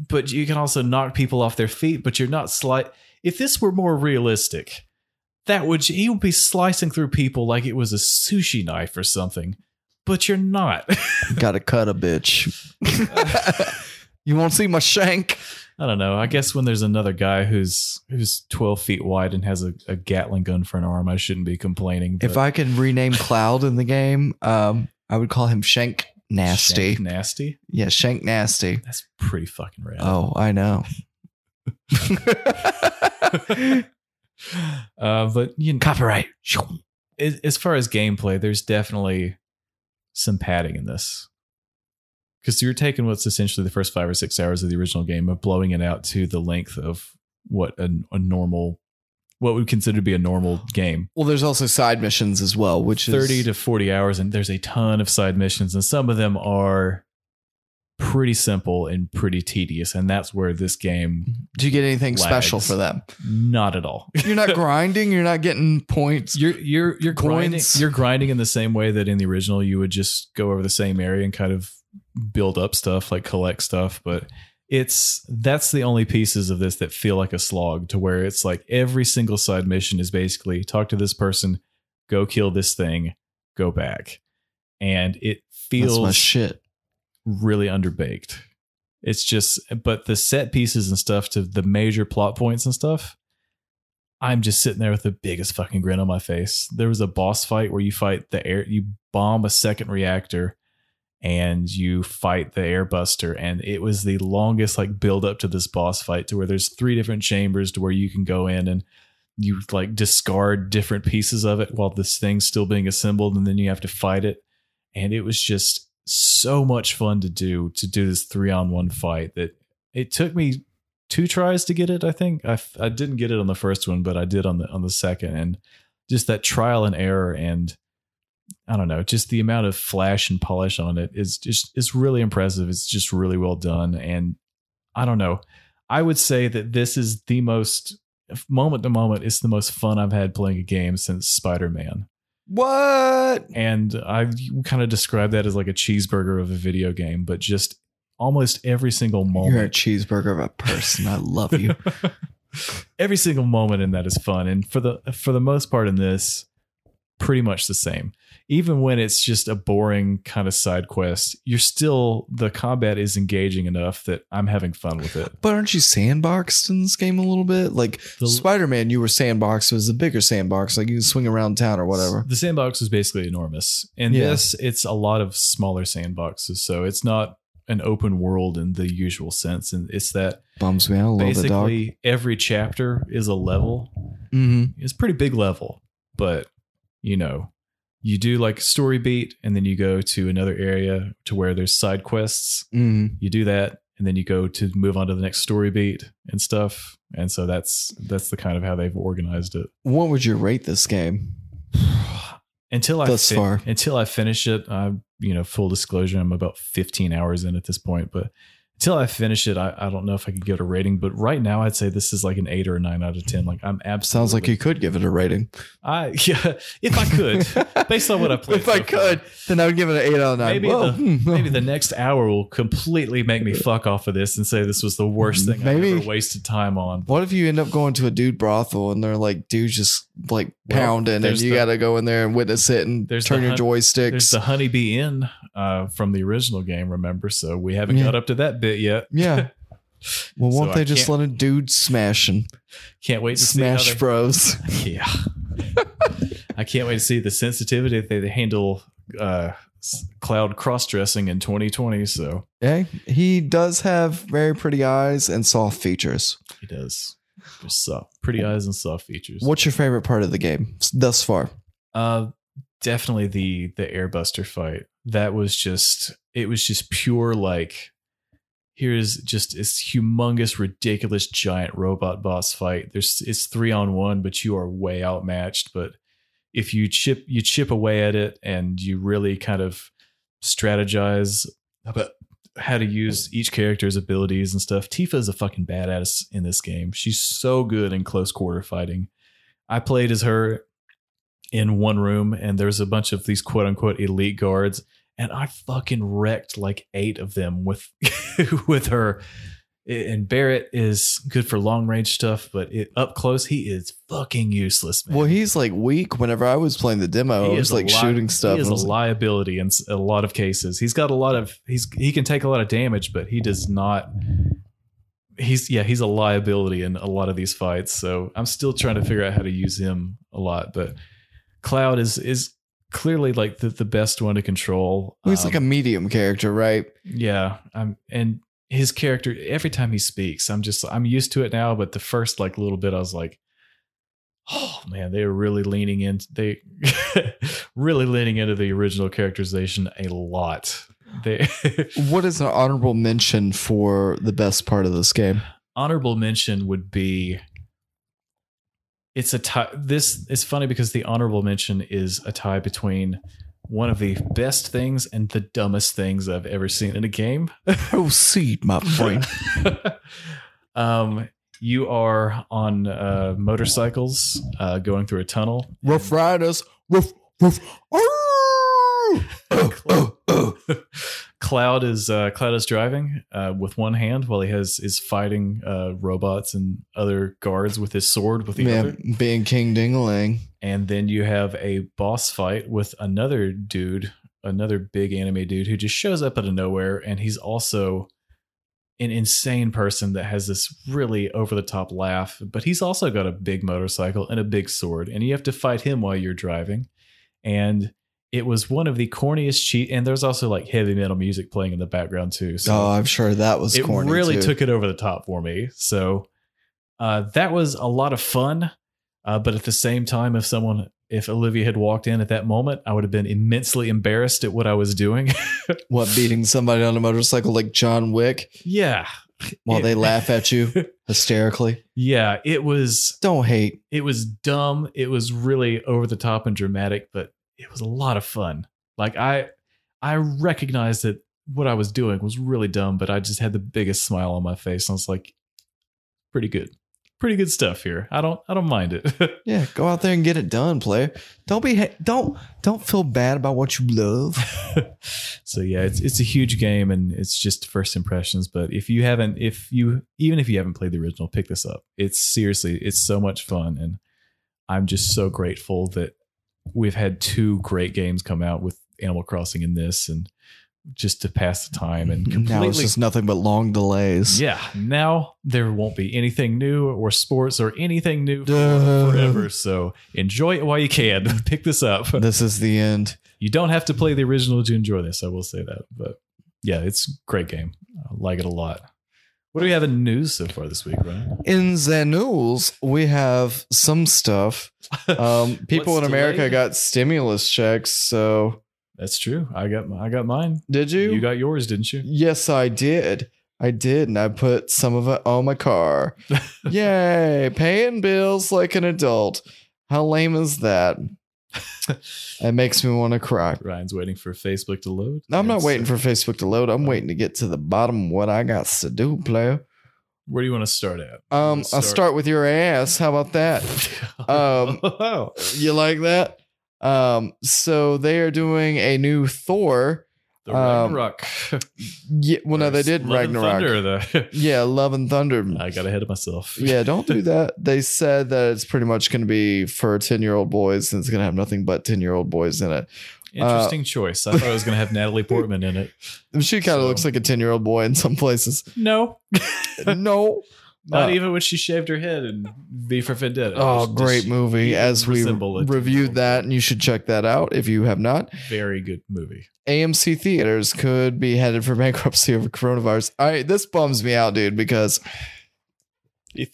[SPEAKER 1] but you can also knock people off their feet. But you're not slight. If this were more realistic, that would he would be slicing through people like it was a sushi knife or something. But you're not. [laughs]
[SPEAKER 2] got to cut a bitch. you won't see my shank.
[SPEAKER 1] I don't know. I guess when there's another guy who's who's 12 feet wide and has a, a Gatling gun for an arm, I shouldn't be complaining.
[SPEAKER 2] If I could rename Cloud in the game, um, I would call him Shank Nasty.
[SPEAKER 1] Shank nasty,
[SPEAKER 2] Yeah, Shank Nasty.
[SPEAKER 1] that's pretty fucking rad.
[SPEAKER 2] Oh,
[SPEAKER 1] [laughs]
[SPEAKER 2] I know.
[SPEAKER 1] uh, but you know,
[SPEAKER 2] Copyright.
[SPEAKER 1] as as far as gameplay, there's definitely some padding in this. Because you're taking what's essentially the first five or six hours of the original game and blowing it out to the length of what a, a normal, what we consider to be a normal game.
[SPEAKER 2] Well, there's also side missions as well, which is
[SPEAKER 1] 30 to 40 hours, and there's a ton of side missions, and some of them are pretty simple and pretty tedious. And that's where this game,
[SPEAKER 2] Do you get anything
[SPEAKER 1] Lags.
[SPEAKER 2] special for them?
[SPEAKER 1] not at all.
[SPEAKER 2] You're not grinding. You're not getting points.
[SPEAKER 1] [laughs] You're you're you're grinding.
[SPEAKER 2] Coins.
[SPEAKER 1] You're grinding in the same way that in the original you would just go over the same area and kind of build up stuff, like collect stuff. But it's that's the only pieces of this that feel like a slog, to where it's like every single side mission is basically talk to this person, go kill this thing, go back, and it
[SPEAKER 2] That's my
[SPEAKER 1] feels
[SPEAKER 2] shit.
[SPEAKER 1] really underbaked. It's just, but the set pieces and stuff to the major plot points and stuff, I'm just sitting there with the biggest fucking grin on my face. There was a boss fight where you fight the air, you bomb a second reactor and you fight the airbuster. And it was the longest like build up to this boss fight to where there's three different chambers to where you can go in and you like discard different pieces of it while this thing's still being assembled and then you have to fight it and it was just so much fun to do to do this three on one fight that it took me two tries to get it i think I, f- I didn't get it on the first one but i did on the on the second and just that trial and error and i don't know just the amount of flash and polish on it is just it's really impressive it's just really well done and i don't know i would say that this is the most moment to moment it's the most fun i've had playing a game since spider-man
[SPEAKER 2] What?
[SPEAKER 1] and I've kind of described that as like a cheeseburger of a video game, but just almost every single
[SPEAKER 2] You're a
[SPEAKER 1] moment.
[SPEAKER 2] cheeseburger of a person. I
[SPEAKER 1] [laughs]
[SPEAKER 2] love you.
[SPEAKER 1] every single moment in that is fun. And for the for the most part in this, pretty much the same. Even when it's just a boring kind of side quest, you're still the combat is engaging enough that I'm having fun with it.
[SPEAKER 2] But aren't you sandboxed in this game a little bit? Like
[SPEAKER 1] The-
[SPEAKER 2] Spider Man, you were sandboxed. It was a bigger sandbox. Like you can swing around town or whatever.
[SPEAKER 1] The sandbox is basically enormous. In
[SPEAKER 2] Yeah.
[SPEAKER 1] this, it's a lot of smaller sandboxes. So it's not an open world in the usual sense. And it's that
[SPEAKER 2] Bums me out a little bit, dog.
[SPEAKER 1] basically every chapter is a level.
[SPEAKER 2] hmm
[SPEAKER 1] It's a pretty big level, but you know, you do like story beat and then you go to another area to where there's side quests.
[SPEAKER 2] hmm
[SPEAKER 1] You do that and then you go to move on to the next story beat and stuff. And so that's that's the kind of how they've organized it.
[SPEAKER 2] What would you rate this game?
[SPEAKER 1] Until I
[SPEAKER 2] Thus far.
[SPEAKER 1] until I finish it, I you know, full disclosure, I'm about 15 hours in at this point, but till I finish it, I, I don't know if I could give it a rating, but right now I'd say this is like an eight or a nine out of ten. Like I'm absolutely
[SPEAKER 2] Sounds like you could give it a rating.
[SPEAKER 1] I [laughs] yeah, if I could. based on what I played
[SPEAKER 2] [laughs] If I
[SPEAKER 1] so far.
[SPEAKER 2] could, then I would give it an eight out of nine.
[SPEAKER 1] Maybe
[SPEAKER 2] Whoa. hmm,
[SPEAKER 1] the, maybe the next hour will completely make me fuck off of this and say this was the worst thing I
[SPEAKER 2] Maybe-
[SPEAKER 1] ever wasted time on.
[SPEAKER 2] What if you end up going to a dude brothel and they're like dudes just like
[SPEAKER 1] Well,
[SPEAKER 2] pounding and
[SPEAKER 1] there's
[SPEAKER 2] you
[SPEAKER 1] the-
[SPEAKER 2] got to go in there and witness it and
[SPEAKER 1] There's
[SPEAKER 2] turn
[SPEAKER 1] the
[SPEAKER 2] your
[SPEAKER 1] hun- There's
[SPEAKER 2] joysticks?
[SPEAKER 1] the Honeybee Inn uh, from the original game, remember? So we haven't
[SPEAKER 2] Yeah.
[SPEAKER 1] got up to that bit yet.
[SPEAKER 2] [laughs] yeah. Well,
[SPEAKER 1] So
[SPEAKER 2] won't
[SPEAKER 1] I
[SPEAKER 2] they just
[SPEAKER 1] can't-
[SPEAKER 2] let a dude smash and
[SPEAKER 1] Can't wait to see
[SPEAKER 2] smash
[SPEAKER 1] how they- [laughs]
[SPEAKER 2] bros?
[SPEAKER 1] Yeah. I can't wait to see the sensitivity that they handle uh, s- cloud cross dressing in 2020. So
[SPEAKER 2] Yeah, he does have very pretty eyes and soft features.
[SPEAKER 1] he does. Just soft, pretty eyes and soft features.
[SPEAKER 2] What's your favorite part of the game s- thus far?
[SPEAKER 1] Uh, definitely the the airbuster fight. That was just it was just pure like here's just this humongous, ridiculous giant robot boss fight. There's it's three on one, but you are way outmatched. But if you chip you chip away at it and you really kind of strategize about how to use each character's abilities and stuff. Tifa is a fucking badass in this game. She's so good in close quarter fighting. I played as her in one room and there's a bunch of these quote unquote elite guards and I fucking wrecked like 8 of them with [laughs] with her. And Barrett is good for long range stuff, but it, up close he is fucking useless, man.
[SPEAKER 2] Well, he's like weak. Whenever I was playing the demo,
[SPEAKER 1] He
[SPEAKER 2] I
[SPEAKER 1] is
[SPEAKER 2] was
[SPEAKER 1] a
[SPEAKER 2] like
[SPEAKER 1] li-
[SPEAKER 2] shooting stuff.
[SPEAKER 1] He is
[SPEAKER 2] I
[SPEAKER 1] a
[SPEAKER 2] was like,
[SPEAKER 1] liability in s- a lot of cases. He's got a lot of he's he can take a lot of damage, but he does not. He's yeah, he's a liability in a lot of these fights. So I'm still trying to figure out how to use him a lot. But Cloud is is clearly like the, the best one to control.
[SPEAKER 2] he's
[SPEAKER 1] Um,
[SPEAKER 2] like a medium character, right?
[SPEAKER 1] yeah, I'm and his character every time he speaks, I'm just I'm used to it now, but the first like little bit I was like oh man, they are really leaning in they [laughs] really leaning into the original characterization a lot. They [laughs]
[SPEAKER 2] What is an honorable mention for the best part of this game?
[SPEAKER 1] honorable mention would be it's a tie this is funny because the honorable mention is a tie between one of the best things and the dumbest things I've ever seen in a game.
[SPEAKER 2] Proceed, my [laughs] friend.
[SPEAKER 1] [laughs] um, you are on uh, motorcycles uh, going through a tunnel. [coughs]
[SPEAKER 2] Rough Riders. Rough, rough. Oh, oh, oh.
[SPEAKER 1] Cloud is uh, Cloud is driving uh, with one hand while he has is fighting uh, robots and other guards with his sword with the other.
[SPEAKER 2] Man, being King Dingaling.
[SPEAKER 1] And then you have a boss fight with another dude, another big anime dude who just shows up out of nowhere. And he's also an insane person that has this really over the top laugh, but he's also got a big motorcycle and a big sword. And you have to fight him while you're driving. And it was one of the corniest cheat. And there's also like heavy metal music playing in the background, too. So
[SPEAKER 2] Oh, I'm sure that was
[SPEAKER 1] it
[SPEAKER 2] corny.
[SPEAKER 1] really
[SPEAKER 2] too.
[SPEAKER 1] took it over the top for me. So uh, that was a lot of fun. Uh, but at the same time, if someone, if Olivia had walked in at that moment, I would have been immensely embarrassed at what I was doing. [laughs]
[SPEAKER 2] What beating somebody on a motorcycle like John Wick
[SPEAKER 1] yeah.
[SPEAKER 2] while
[SPEAKER 1] It-
[SPEAKER 2] they laugh at you hysterically?
[SPEAKER 1] [laughs] Yeah. It was,
[SPEAKER 2] Don't hate.
[SPEAKER 1] it was dumb. It was really over the top and dramatic, but it was a lot of fun. Like I, I recognized that what I was doing was really dumb, but I just had the biggest smile on my face. And I was like, pretty good, pretty good stuff here. I don't, I don't mind it. [laughs]
[SPEAKER 2] Yeah, go out there and get it done, player. Don't be ha- don't don't feel bad about what you love.
[SPEAKER 1] [laughs] so yeah, it's it's a huge game and it's just first impressions. But if you haven't, if you even if you haven't played the original, pick this up. It's seriously, it's so much fun, and I'm just so grateful that we've had two great games come out with Animal Crossing and this, and just to pass the time and
[SPEAKER 2] Now it's
[SPEAKER 1] completely.
[SPEAKER 2] just nothing but long delays.
[SPEAKER 1] Yeah, now there won't be anything new or sports or anything new
[SPEAKER 2] Duh.
[SPEAKER 1] forever. So enjoy it while you can. [laughs] Pick this up
[SPEAKER 2] This is the end.
[SPEAKER 1] you don't have to play the original to enjoy this. I will say that, but yeah, it's a great game. I like it a lot. What do we have in news so far this week, Ryan? [laughs]
[SPEAKER 2] In the news, we have some stuff. Um, people
[SPEAKER 1] What's
[SPEAKER 2] in America
[SPEAKER 1] delayed?
[SPEAKER 2] got stimulus checks, so
[SPEAKER 1] That's true. I got my, I got mine.
[SPEAKER 2] did you?
[SPEAKER 1] You got yours, didn't you?
[SPEAKER 2] yes, I did. I did, and I put some of it on my [laughs] car. [laughs] Yay! Paying bills like an adult. How lame is that? It makes me want to cry.
[SPEAKER 1] Ryan's waiting for Facebook to load.
[SPEAKER 2] I'm not
[SPEAKER 1] It's,
[SPEAKER 2] waiting
[SPEAKER 1] uh,
[SPEAKER 2] for Facebook to load. I'm waiting to get to the bottom of what I got to do, player.
[SPEAKER 1] Where do you want to start at?
[SPEAKER 2] Um,
[SPEAKER 1] Let's
[SPEAKER 2] I'll start with your ass. How about that? [laughs]
[SPEAKER 1] [laughs]
[SPEAKER 2] Um,
[SPEAKER 1] Oh,
[SPEAKER 2] You like that? Um, so they are doing a new Thor.
[SPEAKER 1] the
[SPEAKER 2] um,
[SPEAKER 1] Ragnarok.
[SPEAKER 2] Yeah, well, no,
[SPEAKER 1] Or [laughs]
[SPEAKER 2] they did
[SPEAKER 1] Love and
[SPEAKER 2] Ragnarok.
[SPEAKER 1] Thunder, the-
[SPEAKER 2] [laughs] Yeah, Love and Thunder.
[SPEAKER 1] [laughs] I got ahead of myself.
[SPEAKER 2] yeah, uh, don't do that. They said that it's pretty much going to be for 10 year old boys and it's going to have nothing but 10 year old boys in it.
[SPEAKER 1] Interesting choice. I thought I was going to have Natalie Portman in
[SPEAKER 2] [laughs]
[SPEAKER 1] it.
[SPEAKER 2] She kind of
[SPEAKER 1] So-
[SPEAKER 2] looks like a 10 year old boy in some places.
[SPEAKER 1] No,
[SPEAKER 2] no.
[SPEAKER 1] not
[SPEAKER 2] Uh,
[SPEAKER 1] even when she shaved her head and V for Vendetta.
[SPEAKER 2] Oh,
[SPEAKER 1] Just-
[SPEAKER 2] great movie.
[SPEAKER 1] even
[SPEAKER 2] As we
[SPEAKER 1] resemble it.
[SPEAKER 2] reviewed that, and you should check that out if you have not.
[SPEAKER 1] Very good movie.
[SPEAKER 2] AMC theaters could be headed for [laughs] bankruptcy over coronavirus. All right, this bums me out, dude, because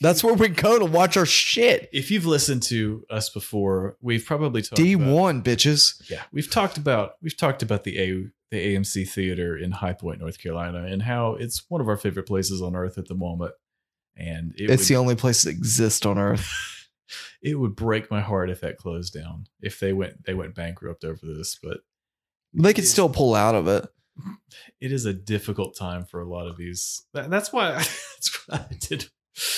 [SPEAKER 2] that's where we go to watch our shit.
[SPEAKER 1] If you've listened to us before, we've probably talked about-
[SPEAKER 2] D1, bitches.
[SPEAKER 1] yeah we've talked about we've talked about the a the amc theater in high point north carolina and how it's one of our favorite places on earth at the moment and it
[SPEAKER 2] it's
[SPEAKER 1] would,
[SPEAKER 2] the only place that exists on earth.
[SPEAKER 1] it would break my heart if that closed down if they went they went bankrupt over this but
[SPEAKER 2] They could still pull out of it.
[SPEAKER 1] it is a difficult time for a lot of these that, that's why [laughs] that's why i did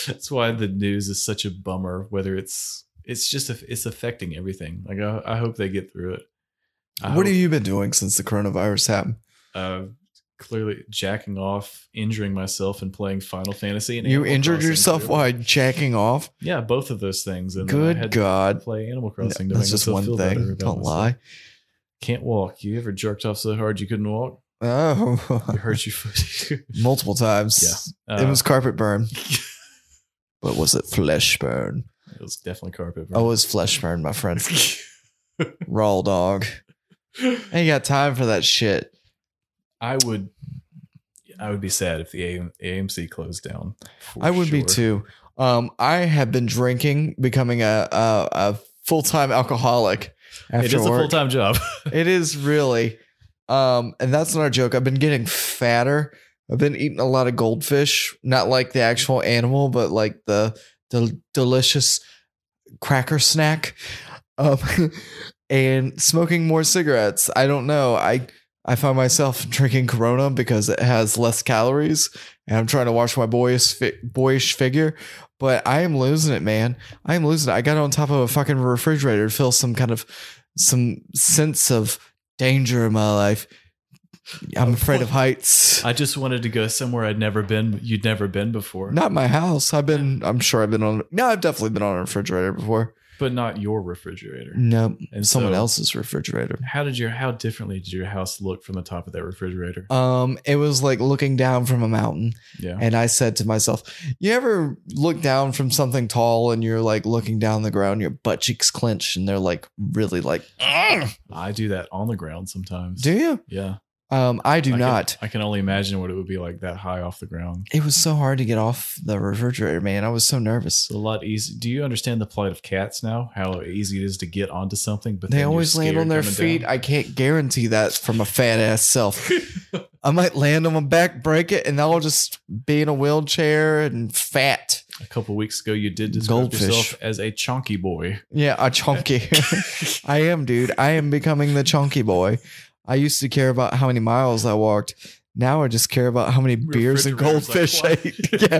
[SPEAKER 1] that's why the news is such a bummer whether it's it's just it's affecting everything like i, I hope they get through it I
[SPEAKER 2] what
[SPEAKER 1] hope-
[SPEAKER 2] have you been doing since the coronavirus happened?
[SPEAKER 1] uh, clearly jacking off, injuring myself, and playing Final Fantasy. And
[SPEAKER 2] You
[SPEAKER 1] Animal
[SPEAKER 2] injured
[SPEAKER 1] Crossing
[SPEAKER 2] yourself
[SPEAKER 1] too.
[SPEAKER 2] while jacking off?
[SPEAKER 1] Yeah, both of those things. And then I
[SPEAKER 2] Good
[SPEAKER 1] had to
[SPEAKER 2] God.
[SPEAKER 1] play Animal
[SPEAKER 2] No,
[SPEAKER 1] Crossing. to
[SPEAKER 2] that's
[SPEAKER 1] make
[SPEAKER 2] just
[SPEAKER 1] myself
[SPEAKER 2] one
[SPEAKER 1] feel better
[SPEAKER 2] thing.
[SPEAKER 1] about
[SPEAKER 2] Don't
[SPEAKER 1] myself.
[SPEAKER 2] lie.
[SPEAKER 1] Can't walk. You ever jerked off so hard you couldn't walk? You
[SPEAKER 2] Oh, [laughs]
[SPEAKER 1] hurt your [laughs] foot.
[SPEAKER 2] multiple times.
[SPEAKER 1] Uh,
[SPEAKER 2] It was
[SPEAKER 1] [laughs]
[SPEAKER 2] carpet burn. but was it flesh burn?
[SPEAKER 1] It was definitely carpet. burn.
[SPEAKER 2] Oh, it was flesh burn, my friend. [laughs] Raw dog. Ain't got time for that shit.
[SPEAKER 1] I would. I would be sad if the AM, AMC closed down. for
[SPEAKER 2] I would be
[SPEAKER 1] sure.
[SPEAKER 2] too. Um, I have been drinking, becoming a a, a full time alcoholic. After
[SPEAKER 1] It is a
[SPEAKER 2] work.
[SPEAKER 1] full time
[SPEAKER 2] [laughs]
[SPEAKER 1] job.
[SPEAKER 2] It is really, um, and that's not a joke. I've been getting fatter. I've been eating a lot of goldfish, not like the actual animal, but like the the delicious cracker snack, um, [laughs] and smoking more cigarettes. I don't know. I I find myself drinking Corona because it has less calories, and I'm trying to watch my boyish fi- boyish figure. But I am losing it, man. I am losing it. I got on top of a fucking refrigerator to feel some kind of some sense of danger in my life. I'm afraid of heights.
[SPEAKER 1] I just wanted to go somewhere I'd never been. You'd never been before,
[SPEAKER 2] Not my house. I've been. I'm sure I've been on. No, I've definitely been on a refrigerator before.
[SPEAKER 1] but not your refrigerator.
[SPEAKER 2] No,
[SPEAKER 1] And
[SPEAKER 2] someone
[SPEAKER 1] so-
[SPEAKER 2] else's refrigerator.
[SPEAKER 1] How did your how differently did your house look from the top of that refrigerator?
[SPEAKER 2] Um, it was like looking down from a mountain,
[SPEAKER 1] yeah.
[SPEAKER 2] and I said to myself, "You ever look down from something tall, and you're like looking down the ground, your butt cheeks clench, and they're like really like, "Ugh."
[SPEAKER 1] I do that on the ground sometimes.
[SPEAKER 2] do you?
[SPEAKER 1] yeah.
[SPEAKER 2] Um, I do
[SPEAKER 1] I can-
[SPEAKER 2] not.
[SPEAKER 1] I can only imagine what it would be like that high off the ground.
[SPEAKER 2] It was so hard to get off the refrigerator, man. I was so nervous.
[SPEAKER 1] It's a lot easy. Do you understand the plight of cats now? How easy it is to get onto something, but
[SPEAKER 2] they
[SPEAKER 1] then you're
[SPEAKER 2] always land
[SPEAKER 1] scared
[SPEAKER 2] on their
[SPEAKER 1] coming
[SPEAKER 2] feet.
[SPEAKER 1] down?
[SPEAKER 2] I can't guarantee that from a fat ass self. I might land on my back, break it, and I'll just be in a wheelchair and fat.
[SPEAKER 1] A couple weeks ago, you did describe
[SPEAKER 2] Goldfish.
[SPEAKER 1] yourself as a chunky boy.
[SPEAKER 2] Yeah, a chunky. [laughs] I am, dude. I am becoming the chunky boy. I used to care about how many miles I walked. Now I just care about how many beers and goldfish I ate.
[SPEAKER 1] [laughs]
[SPEAKER 2] Yeah.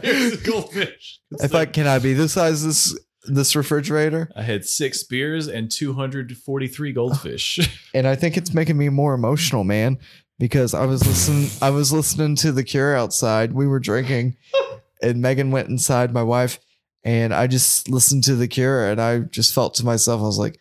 [SPEAKER 1] goldfish.
[SPEAKER 2] If I can I be this size this this refrigerator?
[SPEAKER 1] I had six beers and two hundred forty-three
[SPEAKER 2] [laughs]
[SPEAKER 1] goldfish. [laughs]
[SPEAKER 2] and I think it's making me more emotional, man, because I was listening I was listening to The Cure outside. We
[SPEAKER 1] [laughs]
[SPEAKER 2] were drinking and Megan went inside my wife and I just listened to The Cure and I just felt to myself I was like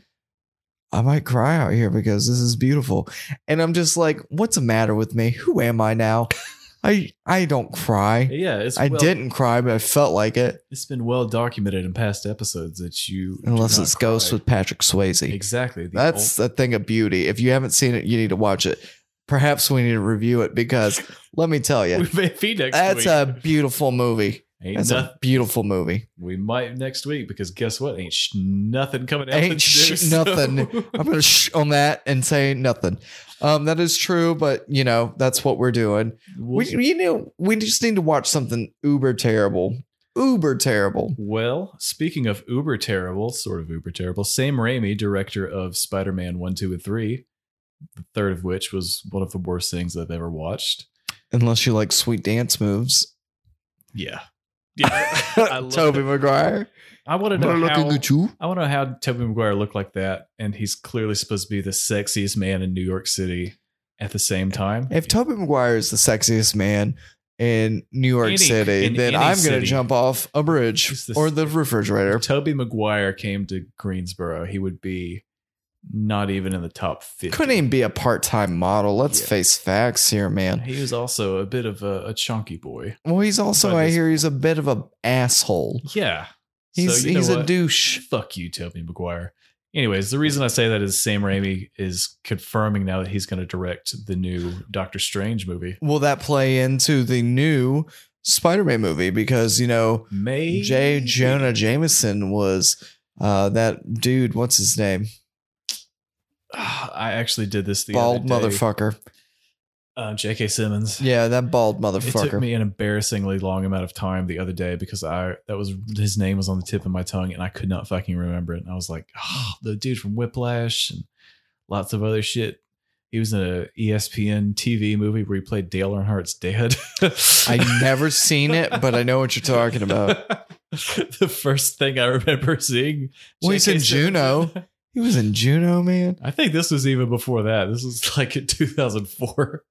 [SPEAKER 2] I might cry out here because this is beautiful. And I'm just like what's the matter with me? Who am I now?
[SPEAKER 1] [laughs]
[SPEAKER 2] I I don't cry.
[SPEAKER 1] yeah, it's
[SPEAKER 2] I
[SPEAKER 1] well-
[SPEAKER 2] didn't cry, but I felt like it.
[SPEAKER 1] It's been well documented in past episodes that you, do
[SPEAKER 2] Unless
[SPEAKER 1] not
[SPEAKER 2] it's Ghost
[SPEAKER 1] cry.
[SPEAKER 2] with Patrick Swayze.
[SPEAKER 1] exactly the
[SPEAKER 2] That's a thing of beauty. If you haven't seen it, you need to watch it. Perhaps we need to review
[SPEAKER 1] [laughs]
[SPEAKER 2] it because let me tell
[SPEAKER 1] old-
[SPEAKER 2] you,
[SPEAKER 1] we may be next
[SPEAKER 2] that's
[SPEAKER 1] week.
[SPEAKER 2] a beautiful movie.
[SPEAKER 1] ain't
[SPEAKER 2] That's
[SPEAKER 1] noth-
[SPEAKER 2] a beautiful movie.
[SPEAKER 1] we might next week because guess what? Ain't sh- nothing coming out.
[SPEAKER 2] Ain't
[SPEAKER 1] that's
[SPEAKER 2] sh-
[SPEAKER 1] new, so-
[SPEAKER 2] nothing. I'm gonna shh on that and say nothing. Um, that is true, but you know that's what we're doing.
[SPEAKER 1] [laughs] We'll-
[SPEAKER 2] We, you know, we just need to watch something uber terrible uber terrible.
[SPEAKER 1] Well, speaking of uber terrible, sort of uber terrible, Sam Raimi, director of Spider Man 1, 2, and 3, the third of which was one of the worst things I've ever watched.
[SPEAKER 2] Unless you like sweet dance moves.
[SPEAKER 1] Yeah. Yeah. [laughs]
[SPEAKER 2] [laughs]
[SPEAKER 1] I love
[SPEAKER 2] Toby
[SPEAKER 1] it.
[SPEAKER 2] Maguire.
[SPEAKER 1] I want to know how,
[SPEAKER 2] you.
[SPEAKER 1] I want to know how Tobey Maguire looked like that. And he's clearly supposed to be the sexiest man in New York City at the same time.
[SPEAKER 2] If Toby Maguire is the sexiest man in New York
[SPEAKER 1] Any-
[SPEAKER 2] City,
[SPEAKER 1] in
[SPEAKER 2] then
[SPEAKER 1] any
[SPEAKER 2] I'm going
[SPEAKER 1] city.
[SPEAKER 2] to jump off a bridge
[SPEAKER 1] He's the-
[SPEAKER 2] or the refrigerator.
[SPEAKER 1] If Toby Maguire came to Greensboro, he would be not even in the top 50.
[SPEAKER 2] Couldn't even be a part time model. Let's
[SPEAKER 1] Yeah.
[SPEAKER 2] face facts here, man.
[SPEAKER 1] He was also a bit of a, a chunky boy.
[SPEAKER 2] Well, he's also,
[SPEAKER 1] But
[SPEAKER 2] I
[SPEAKER 1] this-
[SPEAKER 2] hear he's a bit of a asshole.
[SPEAKER 1] Yeah.
[SPEAKER 2] He's,
[SPEAKER 1] So you know
[SPEAKER 2] he's a
[SPEAKER 1] what?
[SPEAKER 2] douche.
[SPEAKER 1] Fuck you, Toby Maguire. Anyways, the reason I say that is Sam Raimi is confirming now that he's going to direct the new Doctor Strange movie.
[SPEAKER 2] Will that play into the new Spider Man movie? Because, you know,
[SPEAKER 1] May
[SPEAKER 2] J. Jonah Jameson was uh, that dude. What's his name?
[SPEAKER 1] [sighs] I actually did this the
[SPEAKER 2] bald
[SPEAKER 1] other day.
[SPEAKER 2] motherfucker.
[SPEAKER 1] Uh, J.K. Simmons.
[SPEAKER 2] Yeah, that bald
[SPEAKER 1] It took
[SPEAKER 2] motherfucker.
[SPEAKER 1] me an embarrassingly long amount of time the other day because I that was his name was on the tip of my tongue and I could not fucking remember it. And I was like, oh, the dude from Whiplash and lots of other shit. He was in a E ESPN TV movie where he played Dale Earnhardt's dad.
[SPEAKER 2] I never seen it, but I know what you're talking about.
[SPEAKER 1] [laughs] the first thing I remember seeing.
[SPEAKER 2] Well, he's
[SPEAKER 1] J.K.
[SPEAKER 2] in
[SPEAKER 1] Simmons.
[SPEAKER 2] He was in Juno, man.
[SPEAKER 1] I think this was even before that. This was like in 2004.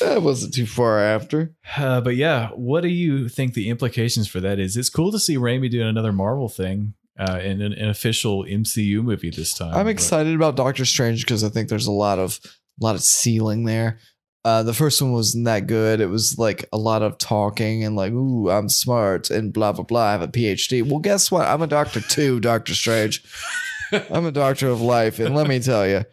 [SPEAKER 2] That wasn't too far after.
[SPEAKER 1] Uh, but yeah, what do you think the implications for that is? It's cool to see Raimi doing another Marvel thing uh, in an, an official MCU movie this time.
[SPEAKER 2] I'm
[SPEAKER 1] but-
[SPEAKER 2] excited about Doctor Strange because I think there's a lot of a lot of ceiling there. Uh, the first one wasn't that good. It was like a lot of talking and like, ooh, I'm smart and blah blah blah. I have a PhD. Well, guess what? I'm a doctor too,
[SPEAKER 1] [laughs]
[SPEAKER 2] Doctor Strange. I'm a doctor of life, and let me tell you,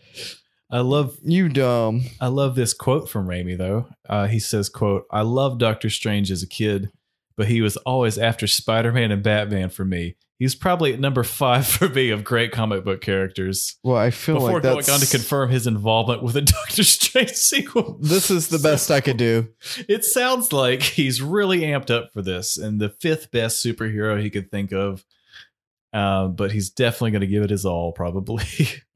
[SPEAKER 1] I love
[SPEAKER 2] you dumb.
[SPEAKER 1] I love this quote from Raimi though. Uh, he says, "quote I love Doctor Strange as a kid, but he was always after Spider Man and Batman for me. He's probably at number five [laughs] for me of great comic book characters."
[SPEAKER 2] Well, I feel
[SPEAKER 1] Before
[SPEAKER 2] like
[SPEAKER 1] going
[SPEAKER 2] that's
[SPEAKER 1] on to confirm his involvement with a [laughs] Doctor Strange sequel,
[SPEAKER 2] This is the
[SPEAKER 1] So-
[SPEAKER 2] best I
[SPEAKER 1] [laughs]
[SPEAKER 2] could do.
[SPEAKER 1] It sounds like he's really amped up for this and the fifth best superhero he could think of. Uh, but he's definitely going to give it his all, probably. [laughs] he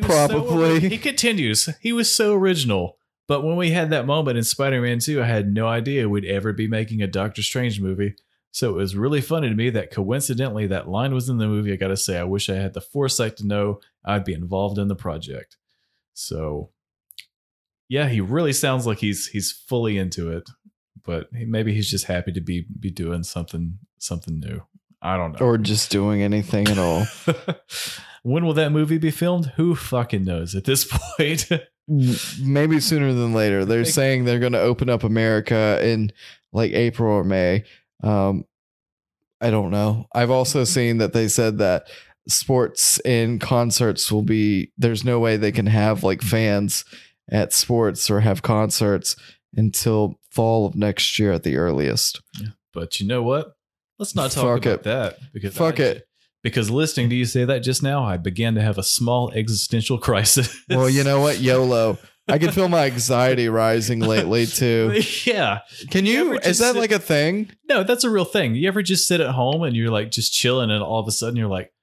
[SPEAKER 1] was so
[SPEAKER 2] Probably.
[SPEAKER 1] ori- he continues. He was so original. But when we had that moment in Spider Man 2, I had no idea we'd ever be making a Doctor Strange movie. So it was really funny to me that coincidentally that line was in the movie. I got to say, I wish I had the foresight to know I'd be involved in the project. So yeah, he really sounds like he's he's fully into it, but he, maybe he's just happy to be be doing something something new. I don't know.
[SPEAKER 2] Or just doing anything at all.
[SPEAKER 1] [laughs] when will that movie be filmed? Who fucking knows at this [laughs] point?
[SPEAKER 2] maybe sooner than later. They're
[SPEAKER 1] Like-
[SPEAKER 2] saying they're going to open up America in like April or May. Um, I don't know. I've also seen that they said that sports and concerts will be there's no way they can have like fans at sports or have concerts until fall of next year at the earliest.
[SPEAKER 1] but you know what? Let's not talk
[SPEAKER 2] Fuck
[SPEAKER 1] about
[SPEAKER 2] it.
[SPEAKER 1] that because
[SPEAKER 2] Fuck
[SPEAKER 1] I-
[SPEAKER 2] it.
[SPEAKER 1] Because listening to you say that just now, I began to have a small existential [laughs] crisis.
[SPEAKER 2] Well, you know what? YOLO. I can feel
[SPEAKER 1] [laughs]
[SPEAKER 2] my anxiety rising lately too.
[SPEAKER 1] yeah.
[SPEAKER 2] Can
[SPEAKER 1] Ever
[SPEAKER 2] you? Is
[SPEAKER 1] just
[SPEAKER 2] that
[SPEAKER 1] sit-
[SPEAKER 2] like a thing?
[SPEAKER 1] No, that's a real thing. You ever just sit at home and you're like just chilling, and all of a sudden you're
[SPEAKER 2] [laughs]
[SPEAKER 1] like,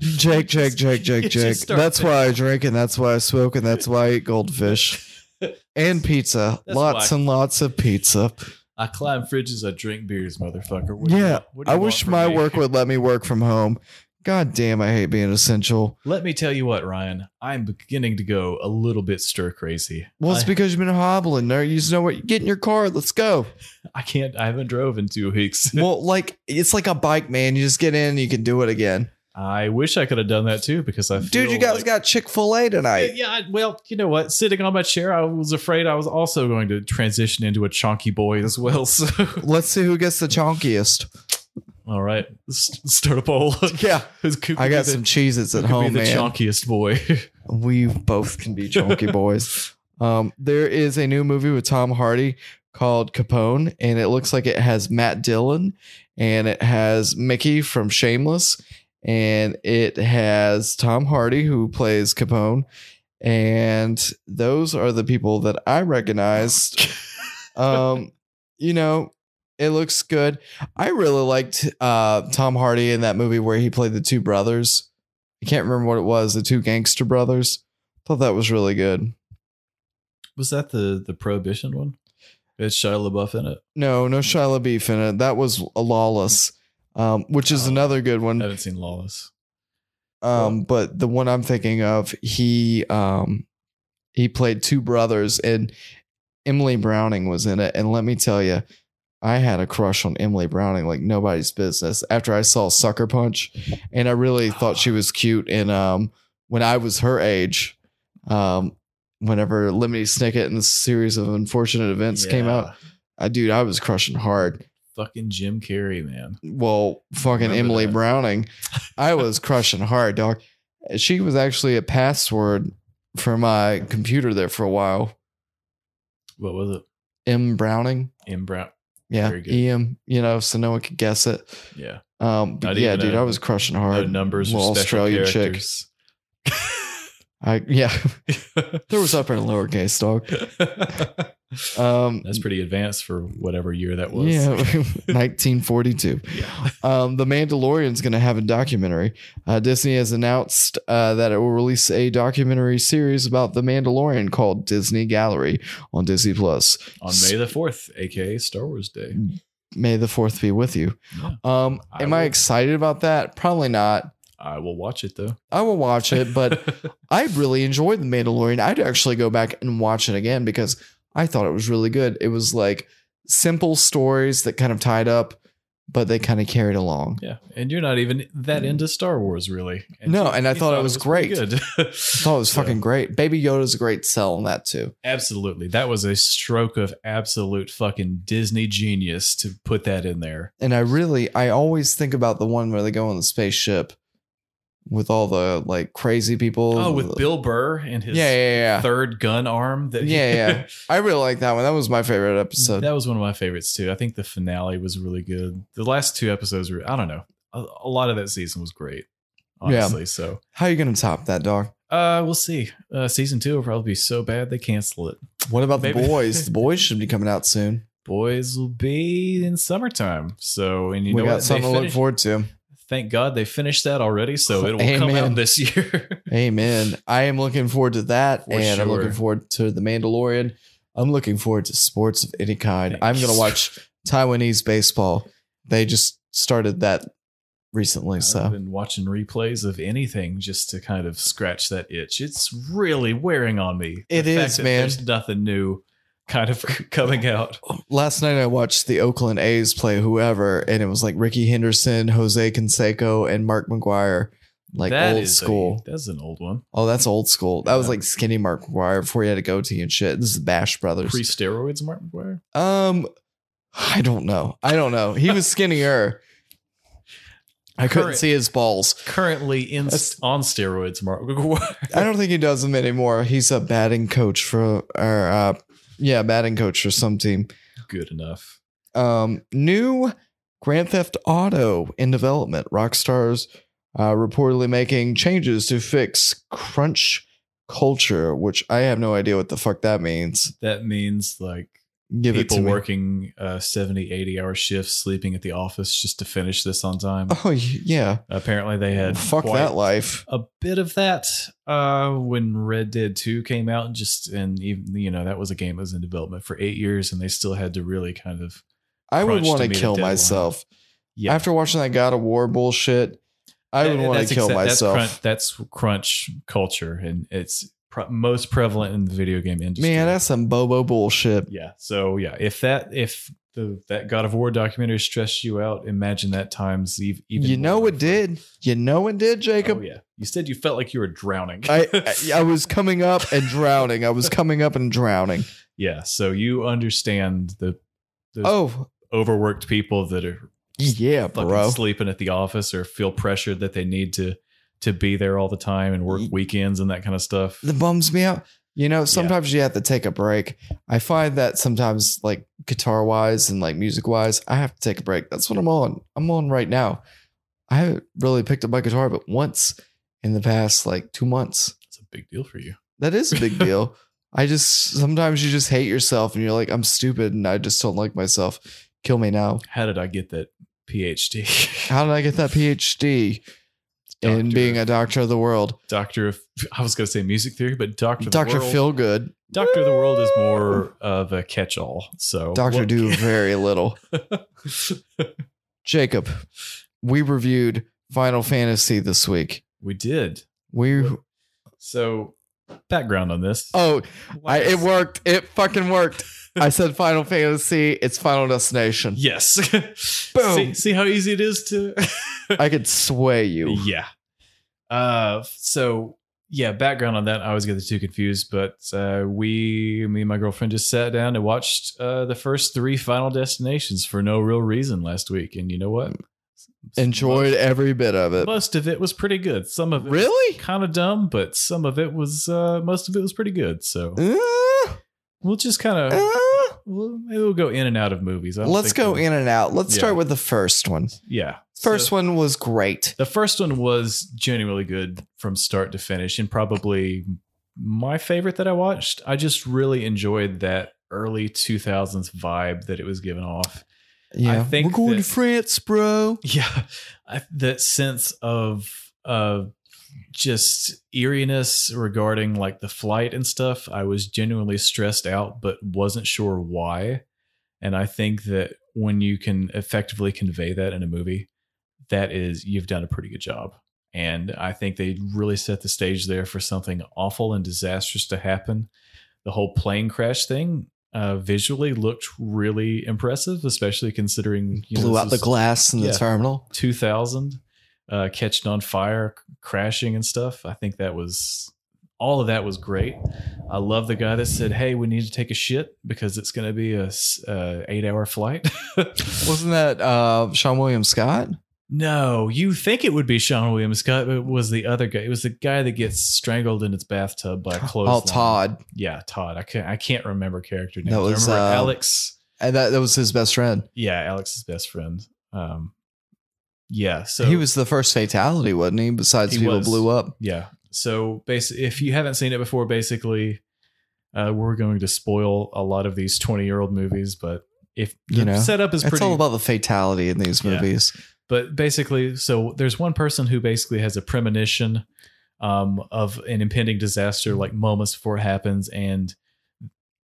[SPEAKER 2] Jake, Jake,
[SPEAKER 1] [laughs]
[SPEAKER 2] Jake,
[SPEAKER 1] You
[SPEAKER 2] Jake, Jake.
[SPEAKER 1] just start
[SPEAKER 2] That's why I drink and that's why I smoke and that's why I eat goldfish and pizza.
[SPEAKER 1] That's
[SPEAKER 2] lots
[SPEAKER 1] why.
[SPEAKER 2] and lots of pizza.
[SPEAKER 1] I climb fridges, I drink beers, motherfucker. What do you
[SPEAKER 2] Yeah,
[SPEAKER 1] want- what do
[SPEAKER 2] I
[SPEAKER 1] you want
[SPEAKER 2] wish
[SPEAKER 1] from
[SPEAKER 2] my
[SPEAKER 1] me?"
[SPEAKER 2] work would let me work from home. God damn, I hate being essential.
[SPEAKER 1] Let me tell you what, Ryan. I'm beginning to go a little bit stir crazy.
[SPEAKER 2] Well, it's
[SPEAKER 1] I,
[SPEAKER 2] because you've been hobbling. There, you just know what? Get in your car. Let's go.
[SPEAKER 1] [laughs] I can't. I haven't drove in two weeks.
[SPEAKER 2] Well, like it's like a bike, man. You just get in, and you can do it again.
[SPEAKER 1] I wish I could have done that too, because I feel
[SPEAKER 2] Dude, you guys
[SPEAKER 1] like-
[SPEAKER 2] got Chick Fil
[SPEAKER 1] [laughs]
[SPEAKER 2] A tonight.
[SPEAKER 1] Yeah, I- well, you know what? Sitting on my chair, I was afraid I was also going to transition into a chonky boy as well. [laughs] So,
[SPEAKER 2] Let's see who gets the chonkiest.
[SPEAKER 1] all right, s- start a poll.
[SPEAKER 2] [laughs] Yeah,
[SPEAKER 1] Who's- who could
[SPEAKER 2] I
[SPEAKER 1] be
[SPEAKER 2] got
[SPEAKER 1] the-
[SPEAKER 2] some Cheez-Its
[SPEAKER 1] who
[SPEAKER 2] at
[SPEAKER 1] could
[SPEAKER 2] home,
[SPEAKER 1] be the
[SPEAKER 2] man.
[SPEAKER 1] chonkiest boy. [laughs]
[SPEAKER 2] We both can be chunky boys. Um, there is a new movie with Tom Hardy called Capone, and it looks like it has Matt Dillon, and it has Mickey from Shameless, and it has Tom Hardy who plays Capone, and those are the people that I recognized. um, you know, It looks good. I really liked uh, Tom Hardy in that movie where he played the two brothers. I can't remember what it was. The two gangster brothers. Thought that was really good.
[SPEAKER 1] Was that the the Prohibition one? It's Shia LaBeouf in it.
[SPEAKER 2] No, no Shia LaBeouf in it. That was a Lawless, um, which is
[SPEAKER 1] Oh.
[SPEAKER 2] another good
[SPEAKER 1] I
[SPEAKER 2] one.
[SPEAKER 1] haven't seen Lawless.
[SPEAKER 2] Um, but the one I'm thinking of, he um he played two brothers and Emily Browning was in it. And let me tell you, I had a crush on Emily Browning like nobody's business after I saw Sucker Punch. And I really thought she was cute and um when I was her age, um whenever Lemony Snicket and the series of unfortunate events came out,
[SPEAKER 1] Yeah.
[SPEAKER 2] I dude, I was crushing hard
[SPEAKER 1] Fucking Jim Carrey, man.
[SPEAKER 2] well, fucking
[SPEAKER 1] Remember
[SPEAKER 2] Emily
[SPEAKER 1] that.
[SPEAKER 2] Browning, I
[SPEAKER 1] [laughs]
[SPEAKER 2] was crushing hard, dog. She was actually a password for my computer there for a while.
[SPEAKER 1] What was it?
[SPEAKER 2] M Browning,
[SPEAKER 1] M Brown.
[SPEAKER 2] yeah,
[SPEAKER 1] Very good.
[SPEAKER 2] EM, you know, so no one could guess it.
[SPEAKER 1] Yeah.
[SPEAKER 2] Um, but
[SPEAKER 1] Not
[SPEAKER 2] yeah,
[SPEAKER 1] even
[SPEAKER 2] dude,
[SPEAKER 1] a-
[SPEAKER 2] I was crushing
[SPEAKER 1] No
[SPEAKER 2] hard.
[SPEAKER 1] numbers or
[SPEAKER 2] little
[SPEAKER 1] special
[SPEAKER 2] Australian chick.
[SPEAKER 1] characters.
[SPEAKER 2] I yeah, [laughs] there was upper and lowercase, dog. Um,
[SPEAKER 1] [laughs] That's pretty advanced for whatever year that was.
[SPEAKER 2] yeah, [laughs] 1942.
[SPEAKER 1] Yeah.
[SPEAKER 2] Um, the Mandalorian's going to have a documentary. Uh, Disney has announced uh, that it will release a documentary series about the Mandalorian called Disney Gallery on Disney Plus.
[SPEAKER 1] [laughs] On May the 4th, aka Star Wars Day.
[SPEAKER 2] May the fourth be with you.
[SPEAKER 1] Yeah.
[SPEAKER 2] Um,
[SPEAKER 1] I
[SPEAKER 2] am I
[SPEAKER 1] will-
[SPEAKER 2] excited about that? Probably not.
[SPEAKER 1] I will watch it though.
[SPEAKER 2] I will watch it, but
[SPEAKER 1] [laughs]
[SPEAKER 2] I really enjoyed The Mandalorian. I'd actually go back and watch it again because I thought it was really good. It was like simple stories that kind of tied up, but they kind of carried along.
[SPEAKER 1] yeah. And you're not even that into Star Wars really.
[SPEAKER 2] Mm. No,
[SPEAKER 1] you-
[SPEAKER 2] and I
[SPEAKER 1] you
[SPEAKER 2] thought it was
[SPEAKER 1] pretty
[SPEAKER 2] great.
[SPEAKER 1] Good.
[SPEAKER 2] [laughs] thought it was fucking great. Baby Yoda's a great sell on that too.
[SPEAKER 1] Absolutely. That was a stroke of absolute fucking Disney genius to put that in there.
[SPEAKER 2] And I really, I always think about the one where they go on the spaceship with all the like crazy people.
[SPEAKER 1] Oh, with Bill Burr and his
[SPEAKER 2] Yeah, yeah, yeah.
[SPEAKER 1] third gun arm. That [laughs]
[SPEAKER 2] Yeah, yeah. I really like that one. That was my favorite episode.
[SPEAKER 1] that was one of my favorites too. I think the finale was really good. The last two episodes were, I don't know, a, a lot of that season was great,
[SPEAKER 2] Yeah.
[SPEAKER 1] honestly. So
[SPEAKER 2] How you gonna top that, dog?
[SPEAKER 1] uh, we'll see. Uh, season two will probably be so bad they cancel it.
[SPEAKER 2] What about the
[SPEAKER 1] Maybe-
[SPEAKER 2] boys?
[SPEAKER 1] [laughs]
[SPEAKER 2] The boys should be coming out soon.
[SPEAKER 1] Boys will be in summertime. So, and you
[SPEAKER 2] we
[SPEAKER 1] know
[SPEAKER 2] got
[SPEAKER 1] what? They
[SPEAKER 2] something to look
[SPEAKER 1] finished-
[SPEAKER 2] forward to.
[SPEAKER 1] Thank God they finished that already.
[SPEAKER 2] [laughs]
[SPEAKER 1] So it will come
[SPEAKER 2] Amen.
[SPEAKER 1] out this year. [laughs]
[SPEAKER 2] Amen. I am looking forward to that,
[SPEAKER 1] For
[SPEAKER 2] and I'm
[SPEAKER 1] sure.
[SPEAKER 2] looking forward to the Mandalorian. I'm looking forward to sports of any kind. I'm gonna watch Taiwanese baseball. They just started that recently, so
[SPEAKER 1] I've been watching replays of anything just to kind of scratch that itch. It's really wearing on me.
[SPEAKER 2] It
[SPEAKER 1] The fact
[SPEAKER 2] is,
[SPEAKER 1] that
[SPEAKER 2] man. Oh,
[SPEAKER 1] There's nothing new kind of [laughs] coming out.
[SPEAKER 2] Last night I watched the Oakland A's play whoever, and it was like Ricky Henderson, Jose Canseco, and Mark McGuire, like
[SPEAKER 1] That
[SPEAKER 2] old
[SPEAKER 1] is a-
[SPEAKER 2] school.
[SPEAKER 1] that's an old one.
[SPEAKER 2] oh, that's old school. That was
[SPEAKER 1] Yeah.
[SPEAKER 2] like skinny Mark McGuire before he had a goatee and shit. This is the Bash Brothers.
[SPEAKER 1] Pre steroids, Mark McGuire.
[SPEAKER 2] um, I don't know. I don't know. He was skinnier. I couldn't
[SPEAKER 1] Current-
[SPEAKER 2] see his balls.
[SPEAKER 1] Currently in
[SPEAKER 2] That's-
[SPEAKER 1] on steroids, Mark McGuire.
[SPEAKER 2] I don't think he does them anymore. He's a batting coach for, or uh, yeah, batting coach for some team.
[SPEAKER 1] [laughs] Good enough.
[SPEAKER 2] um, new Grand Theft Auto in development. Rockstar's uh, reportedly making changes to fix crunch culture, which I have no idea what the fuck that means.
[SPEAKER 1] That means like
[SPEAKER 2] Give it
[SPEAKER 1] people
[SPEAKER 2] to me.
[SPEAKER 1] working uh, 70, 80 hour shifts, sleeping at the office just to finish this on time.
[SPEAKER 2] [laughs] Oh y- yeah,
[SPEAKER 1] Apparently, they had
[SPEAKER 2] fuck
[SPEAKER 1] quite
[SPEAKER 2] that life.
[SPEAKER 1] a bit of that uh, when Red Dead 2 came out, and just and even you know, that was a game that was in development for eight years, and they still had to really kind of
[SPEAKER 2] I would
[SPEAKER 1] crunch
[SPEAKER 2] want
[SPEAKER 1] to
[SPEAKER 2] to
[SPEAKER 1] meet a
[SPEAKER 2] kill
[SPEAKER 1] deadline.
[SPEAKER 2] myself
[SPEAKER 1] yeah.
[SPEAKER 2] after watching that God of War bullshit. I would
[SPEAKER 1] That-
[SPEAKER 2] want
[SPEAKER 1] that's
[SPEAKER 2] to kill
[SPEAKER 1] exact-
[SPEAKER 2] myself.
[SPEAKER 1] That's crunch, that's crunch culture, and it's pro- most prevalent in the video game industry.
[SPEAKER 2] Man, that's some bobo bullshit.
[SPEAKER 1] yeah. So yeah, if that if the that God of War documentary stressed you out, imagine that times ev- even.
[SPEAKER 2] You know
[SPEAKER 1] more.
[SPEAKER 2] it did. You know it did, Jacob.
[SPEAKER 1] Oh yeah, you said you felt like you were drowning. [laughs]
[SPEAKER 2] I, I I was coming up and drowning. I was coming up and drowning.
[SPEAKER 1] yeah. So you understand the those
[SPEAKER 2] Oh,
[SPEAKER 1] overworked people that are
[SPEAKER 2] Yeah,
[SPEAKER 1] fucking
[SPEAKER 2] bro.
[SPEAKER 1] sleeping at the office or feel pressured that they need to to be there all the time and work
[SPEAKER 2] Ye-
[SPEAKER 1] weekends and that kind of stuff.
[SPEAKER 2] That bums me out. You know, sometimes you have to take a break. I find that sometimes, like guitar wise and like music wise, I have to take a break. That's what I'm on. I'm on right now. I haven't really picked up my guitar, but once in the past like two months.
[SPEAKER 1] It's a big deal for you.
[SPEAKER 2] That is a
[SPEAKER 1] [laughs]
[SPEAKER 2] big deal. I just sometimes you just hate yourself and you're like, I'm stupid and I just don't like myself. Kill me now.
[SPEAKER 1] How did I get that PhD?
[SPEAKER 2] How did I get that PhD in
[SPEAKER 1] [laughs] Doctor-
[SPEAKER 2] being a doctor of the world?
[SPEAKER 1] doctor of I was going to say music theory, but doctor of the
[SPEAKER 2] Doctor
[SPEAKER 1] world-
[SPEAKER 2] Feelgood.
[SPEAKER 1] Doctor of the world is more of a catch-all. So
[SPEAKER 2] Doctor
[SPEAKER 1] what-
[SPEAKER 2] do very
[SPEAKER 1] [laughs]
[SPEAKER 2] little. Jacob, we reviewed Final Fantasy this week.
[SPEAKER 1] we did.
[SPEAKER 2] We
[SPEAKER 1] What? So background on this.
[SPEAKER 2] oh, I,
[SPEAKER 1] Last-
[SPEAKER 2] it worked. It fucking worked.
[SPEAKER 1] [laughs]
[SPEAKER 2] I said Final Fantasy. It's Final Destination.
[SPEAKER 1] Yes. [laughs]
[SPEAKER 2] Boom.
[SPEAKER 1] See, see how easy it is to.
[SPEAKER 2] I could sway you.
[SPEAKER 1] [laughs] yeah. Uh. So yeah, background on that. I always get the two confused, but uh, we, me and my girlfriend, just sat down and watched uh, the first three Final Destinations for no real reason last week, and you know what?
[SPEAKER 2] Mm. Enjoyed every bit of
[SPEAKER 1] Most,
[SPEAKER 2] it.
[SPEAKER 1] most of it was pretty good. Some of it was
[SPEAKER 2] Really?
[SPEAKER 1] kind of dumb, but some of it was. Uh, most of it was pretty good. So
[SPEAKER 2] Uh,
[SPEAKER 1] we'll just kind of.
[SPEAKER 2] uh,
[SPEAKER 1] We'll, maybe we'll go in and out of movies. I don't
[SPEAKER 2] let's
[SPEAKER 1] think
[SPEAKER 2] go
[SPEAKER 1] we'll-
[SPEAKER 2] in and out. Let's
[SPEAKER 1] Yeah.
[SPEAKER 2] start with the first one.
[SPEAKER 1] Yeah.
[SPEAKER 2] First
[SPEAKER 1] So-
[SPEAKER 2] one was great.
[SPEAKER 1] The first one was genuinely good from start to finish, and probably my favorite that I watched. I just really enjoyed that early 2000s vibe that it was giving off.
[SPEAKER 2] Yeah,
[SPEAKER 1] think
[SPEAKER 2] we're going to
[SPEAKER 1] that-
[SPEAKER 2] France, bro.
[SPEAKER 1] Yeah, I, that sense of of just eeriness regarding like the flight and stuff. I was genuinely stressed out, but wasn't sure why. And I think that when you can effectively convey that in a movie, that is you've done a pretty good job. And I think they really set the stage there for something awful and disastrous to happen. The whole plane crash thing uh, visually looked really impressive, especially considering you know,
[SPEAKER 2] Blew
[SPEAKER 1] this
[SPEAKER 2] out the
[SPEAKER 1] was-
[SPEAKER 2] glass in
[SPEAKER 1] yeah.
[SPEAKER 2] the terminal.
[SPEAKER 1] 2000 uh, catching on fire c- crashing and stuff i think that was all of that was great i love the guy that said hey we need to take a shit because it's going to be a s- uh, eight hour flight [laughs]
[SPEAKER 2] Wasn't that uh, Sean William Scott?
[SPEAKER 1] no you think it would be sean william scott but it was the other guy it was the guy that gets strangled in its bathtub by a clothesline
[SPEAKER 2] Oh, Todd.
[SPEAKER 1] yeah todd i can't i can't remember character names
[SPEAKER 2] That
[SPEAKER 1] I
[SPEAKER 2] was,
[SPEAKER 1] remember
[SPEAKER 2] uh,
[SPEAKER 1] alex
[SPEAKER 2] And that, that was his best friend.
[SPEAKER 1] yeah alex's best friend um yeah so
[SPEAKER 2] he was the first fatality, wasn't he? Besides
[SPEAKER 1] He
[SPEAKER 2] people
[SPEAKER 1] was.
[SPEAKER 2] blew up.
[SPEAKER 1] Yeah. So basically, if you haven't seen it before, basically, uh, we're going to spoil a lot of these twenty-year-old movies. But if the
[SPEAKER 2] You know,
[SPEAKER 1] setup is
[SPEAKER 2] It's,
[SPEAKER 1] pretty,
[SPEAKER 2] all about the fatality in these
[SPEAKER 1] Yeah.
[SPEAKER 2] movies.
[SPEAKER 1] but basically, so there's one person who basically has a premonition um, of an impending
[SPEAKER 2] Mm-hmm.
[SPEAKER 1] disaster, like moments before it happens, and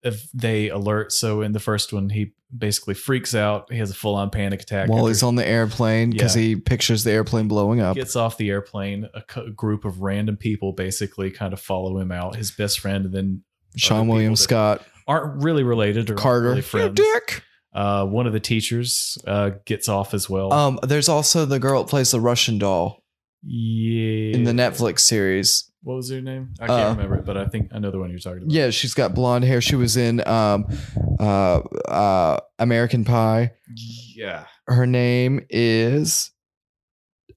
[SPEAKER 1] if they alert. So in the first one, he basically freaks out. He has a full-on panic attack
[SPEAKER 2] While
[SPEAKER 1] after-
[SPEAKER 2] he's on the airplane, because
[SPEAKER 1] Yeah.
[SPEAKER 2] he pictures the airplane blowing up.
[SPEAKER 1] gets off the airplane. A co- group of random people basically kind of follow him out. His best friend, and then
[SPEAKER 2] Sean
[SPEAKER 1] other
[SPEAKER 2] William
[SPEAKER 1] people that-
[SPEAKER 2] Scott,
[SPEAKER 1] aren't really related or
[SPEAKER 2] Carter,
[SPEAKER 1] really
[SPEAKER 2] you
[SPEAKER 1] friends.
[SPEAKER 2] dick.
[SPEAKER 1] Uh, one of the teachers uh, gets off as well.
[SPEAKER 2] Um, there's also the girl that plays the Russian doll
[SPEAKER 1] yeah,
[SPEAKER 2] in the Netflix series.
[SPEAKER 1] What was her name? I can't
[SPEAKER 2] Uh,
[SPEAKER 1] remember it, but I think I know the one you're talking about.
[SPEAKER 2] Yeah, she's got blonde hair. She was in um, uh, uh, American Pie.
[SPEAKER 1] yeah.
[SPEAKER 2] Her name is.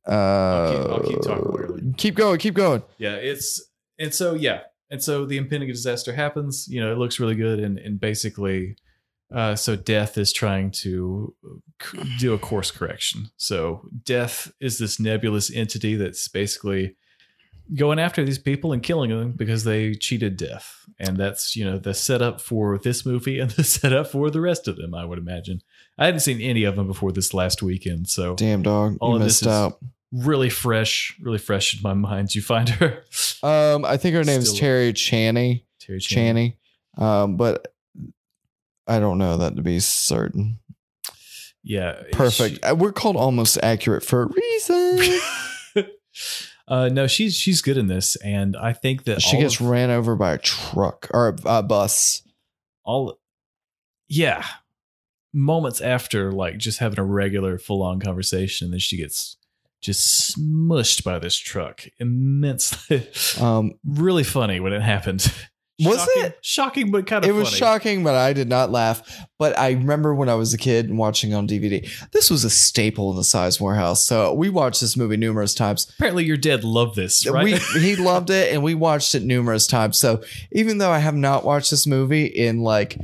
[SPEAKER 2] Uh,
[SPEAKER 1] keep- I'll keep talking weirdly.
[SPEAKER 2] keep going. Keep going.
[SPEAKER 1] yeah it's and so yeah and so the impending disaster happens you know it looks really good and and basically uh so death is trying to uh, c- do a course correction so death is this nebulous entity that's basically going after these people and killing them because they cheated death and that's you know the setup for this movie and [laughs] the setup for the rest of them i would imagine i hadn't seen any of them before this last weekend so
[SPEAKER 2] Damn dog,
[SPEAKER 1] All
[SPEAKER 2] you
[SPEAKER 1] of this
[SPEAKER 2] missed
[SPEAKER 1] is-
[SPEAKER 2] out.
[SPEAKER 1] really fresh really fresh in my mind you find her [laughs]
[SPEAKER 2] Um, I think her name's
[SPEAKER 1] Still-
[SPEAKER 2] Terry Channy.
[SPEAKER 1] terry Chan.
[SPEAKER 2] Channy. Um, but I don't know that to be certain.
[SPEAKER 1] Yeah.
[SPEAKER 2] Perfect. Uh, We're called almost accurate for
[SPEAKER 1] [laughs]
[SPEAKER 2] a reason.
[SPEAKER 1] she- uh, no, she's she's good in this, and I think that
[SPEAKER 2] she
[SPEAKER 1] all
[SPEAKER 2] gets
[SPEAKER 1] of-
[SPEAKER 2] ran over by a truck or a, a bus.
[SPEAKER 1] all. Yeah, moments after, like just having a regular full on conversation, then she gets just smushed by this truck immensely.
[SPEAKER 2] Um,
[SPEAKER 1] really funny when it happened.
[SPEAKER 2] [laughs] Was
[SPEAKER 1] shocking,
[SPEAKER 2] it?
[SPEAKER 1] shocking, but kind
[SPEAKER 2] it
[SPEAKER 1] of
[SPEAKER 2] was
[SPEAKER 1] funny.
[SPEAKER 2] shocking, but I did not laugh. But I remember when I was a kid and watching on DVD. This was a staple in the size warehouse. So we watched this movie numerous times.
[SPEAKER 1] Apparently, your dad loved this, right?
[SPEAKER 2] we he loved it and we watched it numerous times so even though i have not watched this movie in like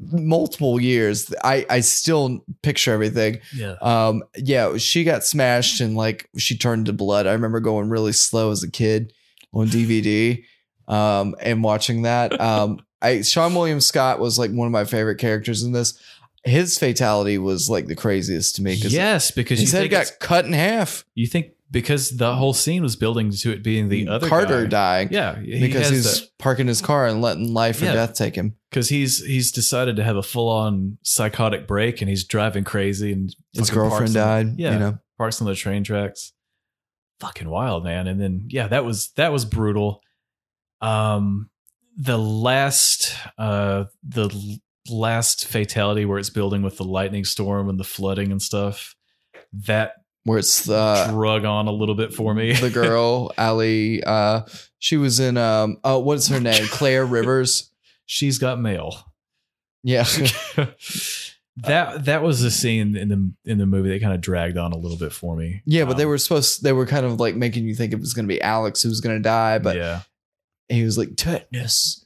[SPEAKER 2] multiple years i i still picture everything
[SPEAKER 1] [laughs] yeah,
[SPEAKER 2] um yeah she got smashed and like she turned to blood i remember going really slow as a kid on dvd
[SPEAKER 1] [laughs]
[SPEAKER 2] um and watching that um i sean william scott was like one of my favorite characters in this his fatality was like the craziest to me because
[SPEAKER 1] yes, because you
[SPEAKER 2] his head
[SPEAKER 1] think,
[SPEAKER 2] got
[SPEAKER 1] it's-
[SPEAKER 2] cut in half.
[SPEAKER 1] you think because the whole scene was building to it being the other
[SPEAKER 2] Mm, Carter
[SPEAKER 1] guy.
[SPEAKER 2] died
[SPEAKER 1] Yeah, he
[SPEAKER 2] because
[SPEAKER 1] has
[SPEAKER 2] he's
[SPEAKER 1] the-
[SPEAKER 2] parking his car and letting life or
[SPEAKER 1] Yeah.
[SPEAKER 2] death take him.
[SPEAKER 1] because he's he's decided to have a full on psychotic break and he's driving crazy and
[SPEAKER 2] His
[SPEAKER 1] fucking parks
[SPEAKER 2] girlfriend
[SPEAKER 1] on-
[SPEAKER 2] died.
[SPEAKER 1] yeah,
[SPEAKER 2] you know.
[SPEAKER 1] parks on the train tracks. Fucking wild, man. And then yeah, that was that was brutal. Um, the last uh the l- last fatality where it's building with the lightning storm and the flooding and stuff that
[SPEAKER 2] where it's uh,
[SPEAKER 1] drug on a little bit for me.
[SPEAKER 2] the girl Ali. Uh, she was in um. Oh, what's her name? Claire Rivers.
[SPEAKER 1] [laughs] She's got mail.
[SPEAKER 2] [laughs]
[SPEAKER 1] [laughs]
[SPEAKER 2] Yeah,
[SPEAKER 1] that that was the scene in the in the movie that kind of dragged on a little bit for me.
[SPEAKER 2] [laughs] yeah. But they
[SPEAKER 1] Um,
[SPEAKER 2] were supposed. They were kind of like making you think it was going to be Alex who was going to die, but
[SPEAKER 1] yeah,
[SPEAKER 2] he was like tetanus,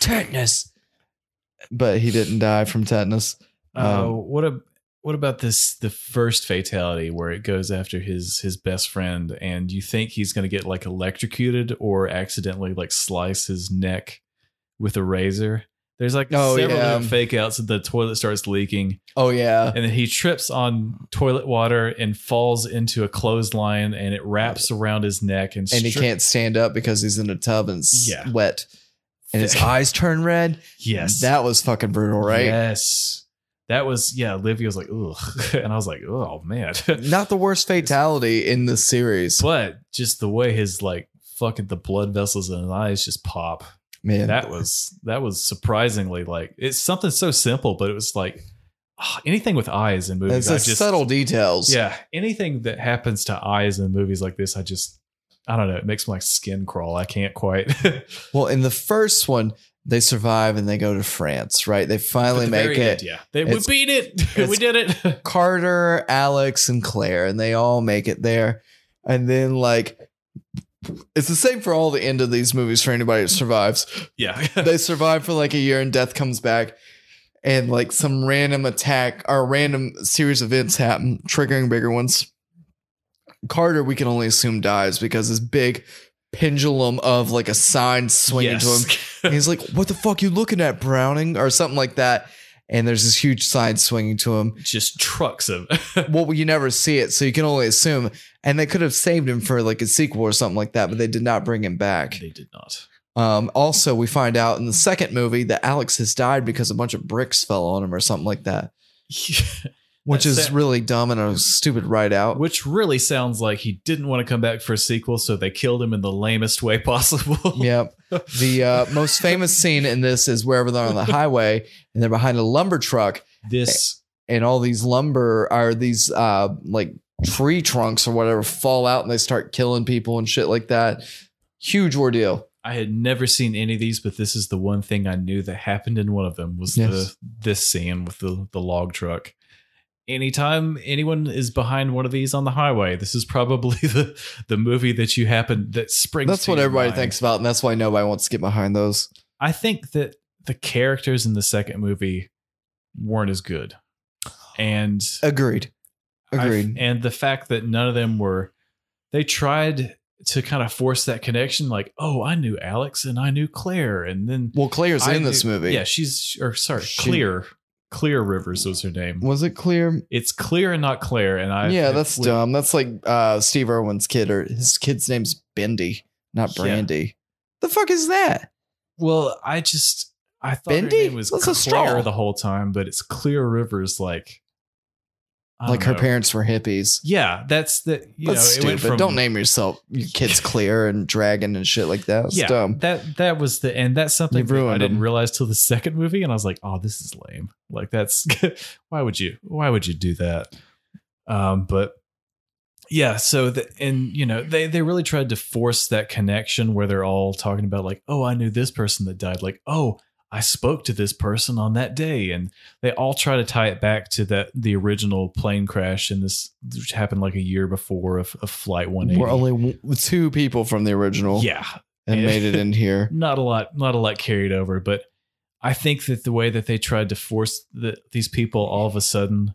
[SPEAKER 2] tetanus. But he didn't die from tetanus.
[SPEAKER 1] Uh,
[SPEAKER 2] Um,
[SPEAKER 1] what a, what about this the first fatality where it goes after his his best friend and you think he's going to get like electrocuted or accidentally like slice his neck with a razor. There's like
[SPEAKER 2] Oh,
[SPEAKER 1] several
[SPEAKER 2] yeah.
[SPEAKER 1] different fake outs that the toilet starts leaking
[SPEAKER 2] Oh yeah,
[SPEAKER 1] and then he trips on toilet water and falls into a clothesline and it wraps around his neck and,
[SPEAKER 2] and he
[SPEAKER 1] stri-
[SPEAKER 2] can't stand up because he's in a tub and it's
[SPEAKER 1] Yeah.
[SPEAKER 2] wet, and his eyes turn red.
[SPEAKER 1] [laughs] yes
[SPEAKER 2] that was fucking brutal, right?
[SPEAKER 1] yes that was yeah Olivia was like ugh [laughs] and I was like oh man [laughs]
[SPEAKER 2] Not the worst fatality in the series,
[SPEAKER 1] But just the way his like fucking the blood vessels in his eyes just pop.
[SPEAKER 2] man.
[SPEAKER 1] That was that was surprisingly like it's something so simple, but it was like ah, anything with eyes in movies.
[SPEAKER 2] It's
[SPEAKER 1] I
[SPEAKER 2] the
[SPEAKER 1] just-
[SPEAKER 2] subtle details.
[SPEAKER 1] Yeah, anything that happens to eyes in movies like this, I just I don't know. It makes my skin crawl. I can't quite. [laughs]
[SPEAKER 2] Well, in the first one, they survive and they go to France, right? They finally
[SPEAKER 1] At the
[SPEAKER 2] make
[SPEAKER 1] very
[SPEAKER 2] it.
[SPEAKER 1] end, yeah, they, we
[SPEAKER 2] It's-
[SPEAKER 1] beat it. [laughs] we
[SPEAKER 2] it's-
[SPEAKER 1] did it. [laughs]
[SPEAKER 2] Carter, Alex, and Claire, and they all make it there. And then, like, it's the same for all the end of these movies for anybody that survives.
[SPEAKER 1] Yeah,
[SPEAKER 2] they survive for like a year and death comes back, and like some random attack or random series of events happen, triggering bigger ones. Carter, we can only assume, dies because his big pendulum of like a sign swinging to
[SPEAKER 1] [laughs]
[SPEAKER 2] him and he's like, "What the fuck you looking at, Browning?" or something like that. And there's this huge sign swinging to him.
[SPEAKER 1] just trucks him.
[SPEAKER 2] Well, you never see it, so you can only assume. And they could have saved him for like a sequel or something like that, but they did not bring him back.
[SPEAKER 1] they did not. [laughs]
[SPEAKER 2] Um, also, we find out in the second movie that Alex has died because a bunch of bricks fell on him or something like that, which
[SPEAKER 1] That's
[SPEAKER 2] is
[SPEAKER 1] sad.
[SPEAKER 2] really dumb and a stupid write out.
[SPEAKER 1] Which really sounds like he didn't want to come back for a sequel, so they killed him in the lamest way [laughs] possible.
[SPEAKER 2] [laughs] Yep. The uh, most famous scene in this is wherever they're on the highway and they're behind a lumber truck
[SPEAKER 1] This,
[SPEAKER 2] and all these lumber are these uh like tree trunks or whatever fall out and they start killing people and shit like that. Huge ordeal.
[SPEAKER 1] I had never seen any of these, but this is the one thing I knew that happened in one of them was
[SPEAKER 2] Yes.
[SPEAKER 1] the this scene with the the log truck. Anytime anyone is behind one of these on the highway, this is probably [laughs] the the movie that you happen that springs.
[SPEAKER 2] That's
[SPEAKER 1] to
[SPEAKER 2] what
[SPEAKER 1] your
[SPEAKER 2] everybody
[SPEAKER 1] mind.
[SPEAKER 2] thinks about, and that's why nobody wants to get behind those.
[SPEAKER 1] I think that the characters in the second movie weren't as good, and
[SPEAKER 2] Agreed. Agreed.
[SPEAKER 1] I- and the fact that none of them were, they tried to kind of force that connection, like, oh, I knew Alex and I knew Claire, and then
[SPEAKER 2] well, Claire's
[SPEAKER 1] I
[SPEAKER 2] in this
[SPEAKER 1] knew-
[SPEAKER 2] movie.
[SPEAKER 1] Yeah, she's or sorry,
[SPEAKER 2] She-
[SPEAKER 1] Clear, Clear Rivers was her name.
[SPEAKER 2] Was it clear?
[SPEAKER 1] It's Clear and not Claire, and I
[SPEAKER 2] yeah, that's
[SPEAKER 1] we-
[SPEAKER 2] dumb. That's like uh Steve Irwin's kid or his kid's name's Bendy, not
[SPEAKER 1] Yeah.
[SPEAKER 2] Brandy. The fuck is that?
[SPEAKER 1] Well, I just I thought her
[SPEAKER 2] Bendy?
[SPEAKER 1] name was
[SPEAKER 2] That's a
[SPEAKER 1] Claire
[SPEAKER 2] straw.
[SPEAKER 1] the whole time, but it's Clear Rivers, like I
[SPEAKER 2] Like
[SPEAKER 1] don't
[SPEAKER 2] her
[SPEAKER 1] know.
[SPEAKER 2] parents were hippies.
[SPEAKER 1] Yeah, that's the you
[SPEAKER 2] That's
[SPEAKER 1] know it
[SPEAKER 2] stupid.
[SPEAKER 1] went from
[SPEAKER 2] Don't name yourself your
[SPEAKER 1] [laughs]
[SPEAKER 2] kids Clear and Dragon and shit like that. It's
[SPEAKER 1] yeah,
[SPEAKER 2] dumb.
[SPEAKER 1] that that was the and that's something
[SPEAKER 2] You've
[SPEAKER 1] that I
[SPEAKER 2] ruined
[SPEAKER 1] didn't
[SPEAKER 2] them.
[SPEAKER 1] realize till the [laughs] second movie, and I was like, oh, this is lame. Like that's [laughs] why would you why would you do that? Um, but yeah, so the, and you know they they really tried to force that connection where they're all talking about like, oh, I knew this person that died. Like, oh, I spoke to this person on that day, and they all try to tie it back to that the original plane crash and this which happened like a year before of, of flight one
[SPEAKER 2] We're
[SPEAKER 1] eighty.
[SPEAKER 2] only w- two people from the original.
[SPEAKER 1] Yeah,
[SPEAKER 2] And made it
[SPEAKER 1] [laughs]
[SPEAKER 2] in here.
[SPEAKER 1] not a lot not a lot carried over but i think that the way that they tried to force the, these people all of a sudden